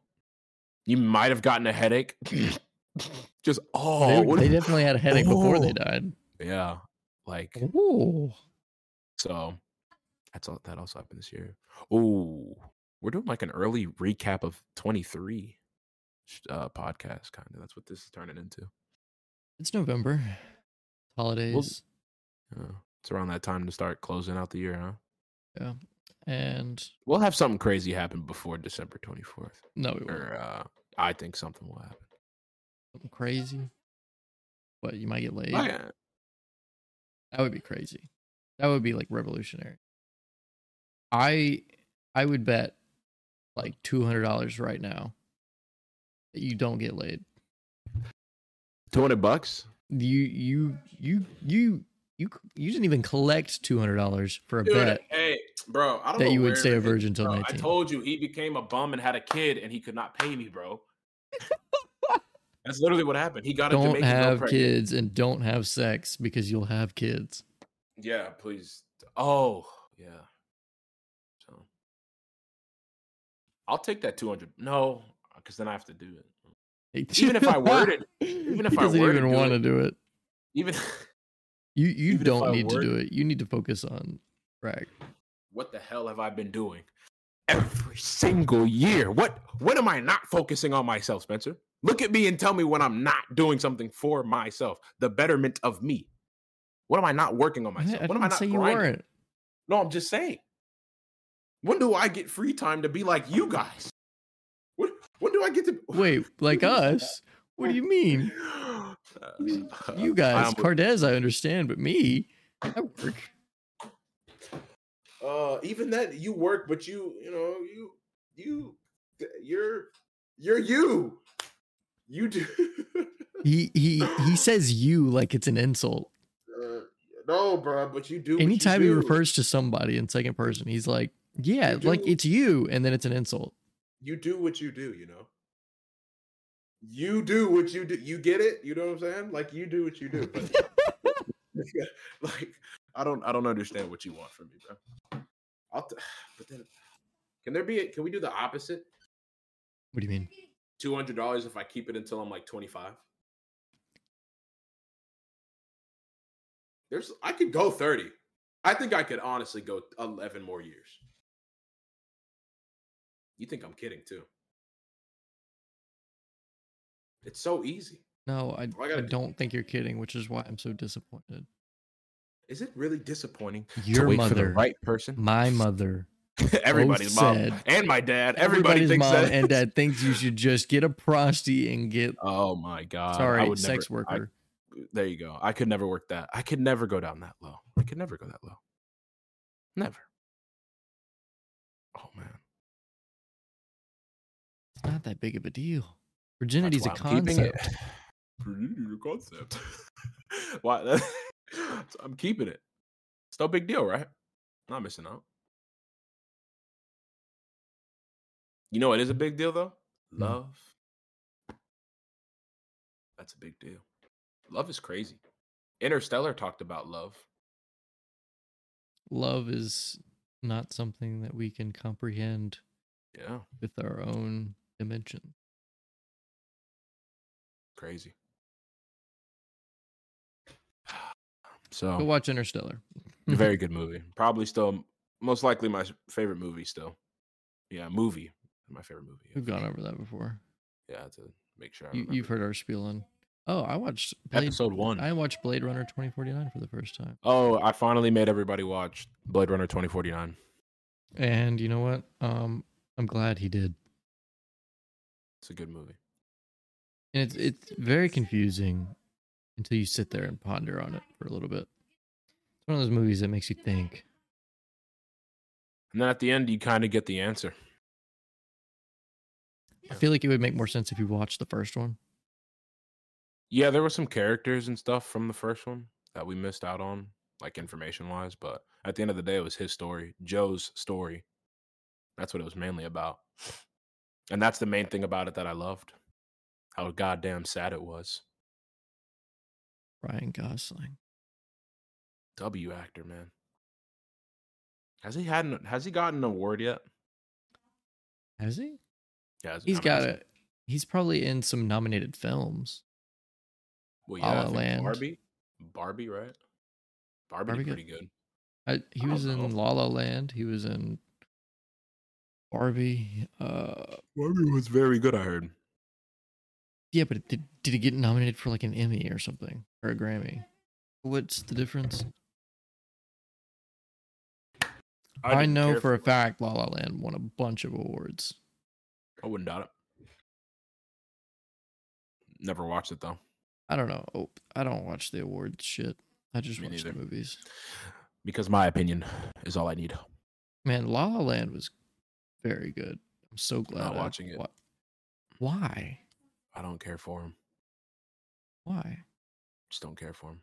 [SPEAKER 3] You might have gotten a headache. just oh,
[SPEAKER 2] They-
[SPEAKER 3] what
[SPEAKER 2] they,
[SPEAKER 3] if-
[SPEAKER 2] definitely had a headache before they
[SPEAKER 3] Oh.
[SPEAKER 2] died.
[SPEAKER 3] yeah, like
[SPEAKER 2] Ooh.
[SPEAKER 3] so. That's all. That also happened this year. Oh, we're doing like an early recap of twenty three uh podcast kind of that's what this is turning into
[SPEAKER 2] It's November. Holidays.
[SPEAKER 3] Yeah. it's around that time to start closing out the year huh
[SPEAKER 2] and
[SPEAKER 3] we'll have something crazy happen before december 24th
[SPEAKER 2] no, it was
[SPEAKER 3] or uh i think something will happen
[SPEAKER 2] something crazy. But you might get laid.
[SPEAKER 3] Oh, yeah.
[SPEAKER 2] That would be crazy. That would be like revolutionary. I I would bet like two hundred dollars right now that you don't get laid.
[SPEAKER 3] 200 bucks
[SPEAKER 2] You you you you you you didn't even collect two hundred dollars for a bet.
[SPEAKER 3] hey, bro, I don't
[SPEAKER 2] that
[SPEAKER 3] know
[SPEAKER 2] you would
[SPEAKER 3] where
[SPEAKER 2] stay a
[SPEAKER 3] it-
[SPEAKER 2] virgin till
[SPEAKER 3] bro,
[SPEAKER 2] 19.
[SPEAKER 3] I told you he became a bum and had a kid and he could not pay me, bro. That's literally what happened. He got a
[SPEAKER 2] Don't
[SPEAKER 3] Jamaican girl
[SPEAKER 2] have
[SPEAKER 3] pregnant.
[SPEAKER 2] kids and don't have sex because you'll have kids.
[SPEAKER 3] Yeah, please. Oh, yeah. So I'll take that 200. No, because then I have to do it. Even if I word it- even if
[SPEAKER 2] he
[SPEAKER 3] I
[SPEAKER 2] doesn't
[SPEAKER 3] were to
[SPEAKER 2] even
[SPEAKER 3] do
[SPEAKER 2] want
[SPEAKER 3] it-
[SPEAKER 2] to do it.
[SPEAKER 3] Even
[SPEAKER 2] You you
[SPEAKER 3] Even if I
[SPEAKER 2] don't need
[SPEAKER 3] were-
[SPEAKER 2] to do it. You need to focus on track.
[SPEAKER 3] what the hell have I been doing? Every single year. What what am I not focusing on myself, Spencer? Look at me and tell me when I'm not doing something for myself, the betterment of me. What am I not working on
[SPEAKER 2] I,
[SPEAKER 3] myself?
[SPEAKER 2] I
[SPEAKER 3] what am I
[SPEAKER 2] didn't
[SPEAKER 3] not
[SPEAKER 2] say you
[SPEAKER 3] grinding?
[SPEAKER 2] weren't.
[SPEAKER 3] No, I'm just saying. When do I get free time to be like you guys? When, when do I get to
[SPEAKER 2] Wait, like us? What do you mean?
[SPEAKER 3] Uh,
[SPEAKER 2] You guys,
[SPEAKER 3] I'm-
[SPEAKER 2] Cardes, I understand, but me, I work.
[SPEAKER 3] Uh, even that you work, but you you know you you you're you're you. You do.
[SPEAKER 2] He he he says you like it's an insult.
[SPEAKER 3] uh, no, bro, but you do. what you
[SPEAKER 2] Anytime he
[SPEAKER 3] do.
[SPEAKER 2] refers to somebody in second person, he's like, "Yeah,
[SPEAKER 3] You
[SPEAKER 2] like
[SPEAKER 3] do.
[SPEAKER 2] it's you," and then it's an insult.
[SPEAKER 3] you do what you do, you know. You do what you do. You get it? You know what I'm saying? Like you do what you do. But like I don't I don't understand what you want from me, bro. I'll t- but then can there be a, can we do the opposite?
[SPEAKER 2] What do you mean?
[SPEAKER 3] Two hundred dollars if I keep it until I'm like twenty five. There's I could go thirty. I think I could honestly go eleven more years. You think I'm kidding too? It's so easy.
[SPEAKER 2] No, I,
[SPEAKER 3] I
[SPEAKER 2] I
[SPEAKER 3] gotta do-
[SPEAKER 2] don't think you're kidding, which is why I'm so disappointed.
[SPEAKER 3] Is it really disappointing
[SPEAKER 2] Your mother,
[SPEAKER 3] person?
[SPEAKER 2] my mother,
[SPEAKER 3] Everybody's mom
[SPEAKER 2] said-
[SPEAKER 3] and my dad. Everybody
[SPEAKER 2] everybody's
[SPEAKER 3] thinks
[SPEAKER 2] mom
[SPEAKER 3] that.
[SPEAKER 2] and dad thinks you should just get a prosty and get
[SPEAKER 3] oh my god! I
[SPEAKER 2] sorry
[SPEAKER 3] would
[SPEAKER 2] sex
[SPEAKER 3] never- I-
[SPEAKER 2] worker.
[SPEAKER 3] there you go. I could never work that. I could never go down that low. I could never go that low. Never. Oh man.
[SPEAKER 2] It's not that big of a deal. Virginity's a
[SPEAKER 3] That's why I'm keeping it.
[SPEAKER 2] concept.
[SPEAKER 3] Virginity is a concept. why? that- so I'm keeping it. It's no big deal, right? Not missing out. You know, it is a big deal though.
[SPEAKER 2] Hmm.
[SPEAKER 3] Love. That's a big deal. Love is crazy. Interstellar talked about love.
[SPEAKER 2] Love is not something that we can comprehend
[SPEAKER 3] Yeah,
[SPEAKER 2] with our own dimension.
[SPEAKER 3] crazy. So Oh.
[SPEAKER 2] Go watch Interstellar.
[SPEAKER 3] A very good movie. Probably still, most likely my s- favorite movie still. Yeah, movie. My favorite movie. yeah,
[SPEAKER 2] We've
[SPEAKER 3] for
[SPEAKER 2] gone
[SPEAKER 3] sure.
[SPEAKER 2] over that before.
[SPEAKER 3] Yeah, I had to make sure. I
[SPEAKER 2] You, you've
[SPEAKER 3] remember.
[SPEAKER 2] heard our spiel on. Oh, I watched Blade.
[SPEAKER 3] episode one.
[SPEAKER 2] I watched Blade Runner 2049 for the first time.
[SPEAKER 3] oh, I finally made everybody watch Blade Runner 2049.
[SPEAKER 2] And you know what? Um, I'm glad he did.
[SPEAKER 3] It's a good movie.
[SPEAKER 2] And it's it's very confusing until you sit there and ponder on it for a little bit. It's one of those movies that makes you think.
[SPEAKER 3] And then at the end, you kind of get the answer.
[SPEAKER 2] I feel like it would make more sense if you watched the first one.
[SPEAKER 3] Yeah, there were some characters and stuff from the first one that we missed out on, like information wise. But at the end of the day, it was his story, Joe's story. That's what it was mainly about. And that's the main thing about it that I loved how goddamn sad it was.
[SPEAKER 2] Ryan Gosling.
[SPEAKER 3] W actor, man. Has he had an, has he gotten an award yet?
[SPEAKER 2] Has he?
[SPEAKER 3] Yeah,
[SPEAKER 2] He's got it. He's probably in some nominated films.
[SPEAKER 3] Well,
[SPEAKER 2] La La
[SPEAKER 3] I think
[SPEAKER 2] Land.
[SPEAKER 3] Barbie, Barbie, right? Barbie,
[SPEAKER 2] Barbie
[SPEAKER 3] did
[SPEAKER 2] got-
[SPEAKER 3] pretty good.
[SPEAKER 2] I, he
[SPEAKER 3] I
[SPEAKER 2] was
[SPEAKER 3] don't
[SPEAKER 2] in
[SPEAKER 3] know.
[SPEAKER 2] La La Land. He was in Barbie. Uh,
[SPEAKER 3] Barbie was very good. I heard.
[SPEAKER 2] yeah, but it did, did he get nominated for like an Emmy or something or a Grammy? What's the difference? I,
[SPEAKER 3] didn't
[SPEAKER 2] know
[SPEAKER 3] care
[SPEAKER 2] for a
[SPEAKER 3] it.
[SPEAKER 2] fact La La Land won a bunch of awards.
[SPEAKER 3] I wouldn't doubt it. Never watched it though,
[SPEAKER 2] I don't know. Oh, I don't watch the awards shit. I just
[SPEAKER 3] Me
[SPEAKER 2] watch the
[SPEAKER 3] neither.
[SPEAKER 2] movies.
[SPEAKER 3] because my opinion is all I need.
[SPEAKER 2] Man, La La Land was very good. I'm so glad
[SPEAKER 3] not
[SPEAKER 2] I
[SPEAKER 3] watching it.
[SPEAKER 2] wa- Why?
[SPEAKER 3] I don't care for him.
[SPEAKER 2] Why?
[SPEAKER 3] Just don't care for him.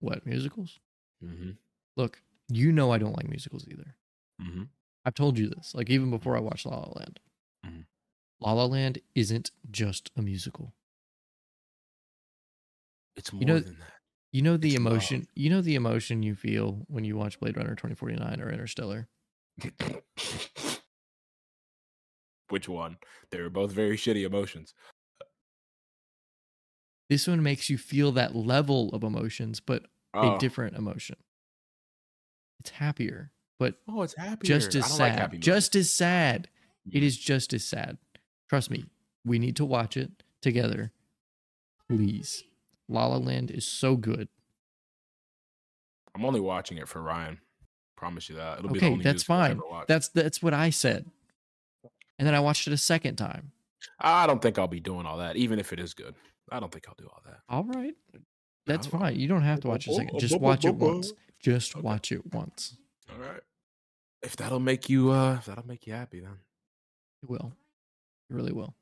[SPEAKER 2] What musicals?
[SPEAKER 3] Mm-hmm.
[SPEAKER 2] Look, you know I don't like musicals either.
[SPEAKER 3] Mm-hmm.
[SPEAKER 2] I've told you this, like even before I watched La La Land.
[SPEAKER 3] Mhm.
[SPEAKER 2] La La Land isn't just a musical.
[SPEAKER 3] It's more
[SPEAKER 2] You know-
[SPEAKER 3] than that.
[SPEAKER 2] You know the
[SPEAKER 3] It's love.
[SPEAKER 2] emotion. You know the emotion you feel when you watch Blade Runner 2049 or Interstellar.
[SPEAKER 3] Which one? They were both very shitty emotions.
[SPEAKER 2] This one makes you feel that level of emotions, but
[SPEAKER 3] Oh,
[SPEAKER 2] a different emotion. It's happier, but
[SPEAKER 3] oh it's happy.
[SPEAKER 2] just as sad. just as sad. It
[SPEAKER 3] Mhm.
[SPEAKER 2] is just as sad. Trust me, we need to watch it together. Please. La La Land is so good.
[SPEAKER 3] I'm only watching it for Ryan. Promise you that. It'll be the
[SPEAKER 2] Okay,
[SPEAKER 3] only
[SPEAKER 2] that's
[SPEAKER 3] musical I
[SPEAKER 2] fine.
[SPEAKER 3] ever watch.
[SPEAKER 2] That's that's what I said. And then I watched it a second time.
[SPEAKER 3] I don't think I'll be doing all that, even if it is good. I don't think I'll do all that.
[SPEAKER 2] All right. That's
[SPEAKER 3] Oh.
[SPEAKER 2] fine. You don't have to watch it a second. Just watch it once. Just
[SPEAKER 3] Okay.
[SPEAKER 2] watch it once.
[SPEAKER 3] All right. If that'll make you, uh, if that'll make you happy, then
[SPEAKER 2] It will. It really will.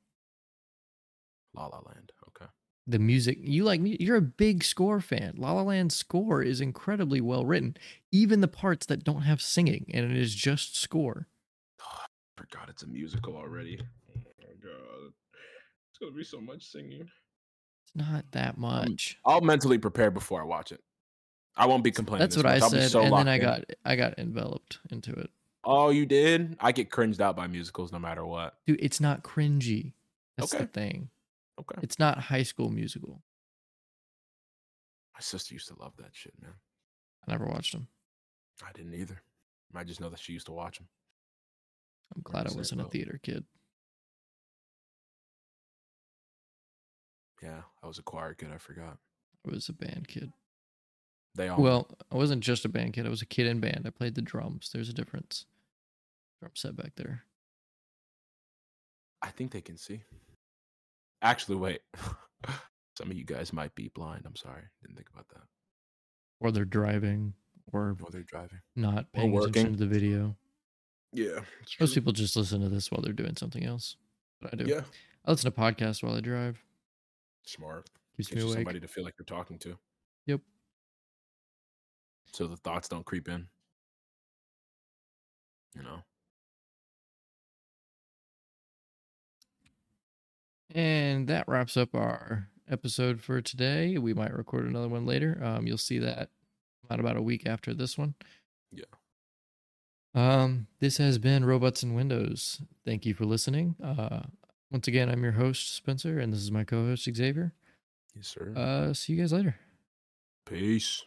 [SPEAKER 3] La La Land. Okay.
[SPEAKER 2] The music you like. mu- You're a big score fan. La La Land's score is incredibly well written, even the parts that don't have singing and it is just score.
[SPEAKER 1] forgot it's a musical already. Oh my god. It's gonna be so much singing.
[SPEAKER 2] It's not that much.
[SPEAKER 3] I'll mentally prepare before I watch it. I won't be complaining.
[SPEAKER 2] That's
[SPEAKER 3] this
[SPEAKER 2] what I
[SPEAKER 3] much. I'll be
[SPEAKER 2] said,
[SPEAKER 3] so
[SPEAKER 2] and then
[SPEAKER 3] locked
[SPEAKER 2] I
[SPEAKER 3] in.
[SPEAKER 2] got I got enveloped into it.
[SPEAKER 3] Oh, you did? I get cringed out by musicals no matter what.
[SPEAKER 2] Dude, it's not cringy. That's the
[SPEAKER 3] Okay.
[SPEAKER 2] thing.
[SPEAKER 3] Okay.
[SPEAKER 2] It's not High School Musical.
[SPEAKER 3] My sister used to love that shit, man.
[SPEAKER 2] I never watched them.
[SPEAKER 3] I didn't either. I just know that she used to watch them.
[SPEAKER 2] I'm glad I
[SPEAKER 3] Represent
[SPEAKER 2] wasn't a
[SPEAKER 3] well.
[SPEAKER 2] theater kid.
[SPEAKER 3] Yeah, I was a choir kid. I forgot.
[SPEAKER 2] I was a band kid.
[SPEAKER 3] They all
[SPEAKER 2] Well, I wasn't just a band kid. I was a kid in band. I played the drums. There's a difference. Drum set back there.
[SPEAKER 3] I think they can see. Actually, wait. Some of you guys might be blind. I'm sorry. Didn't think about that.
[SPEAKER 2] Or they're driving or
[SPEAKER 3] While they're driving.
[SPEAKER 2] not paying attention
[SPEAKER 1] working.
[SPEAKER 2] to the video.
[SPEAKER 1] Yeah. it's
[SPEAKER 2] Most
[SPEAKER 1] true.
[SPEAKER 2] people just listen to this while they're doing something else. But I do.
[SPEAKER 1] Yeah.
[SPEAKER 2] I listen to podcasts while I drive.
[SPEAKER 1] Smart.
[SPEAKER 2] Keeps
[SPEAKER 1] Gives
[SPEAKER 2] me
[SPEAKER 1] you
[SPEAKER 2] awake.
[SPEAKER 1] somebody to feel like you're talking to.
[SPEAKER 2] Yep.
[SPEAKER 3] So the thoughts don't creep in. You know?
[SPEAKER 2] And that wraps up our episode for today. We might record another one later. Um, you'll see that out about a week after this one.
[SPEAKER 3] Yeah.
[SPEAKER 2] Um, this has been Robots and Windows. Thank you for listening. Uh, once again, I'm your host Spencer, and this is my co-host Xavier.
[SPEAKER 3] Yes, sir.
[SPEAKER 2] Uh, see you guys later.
[SPEAKER 3] Peace.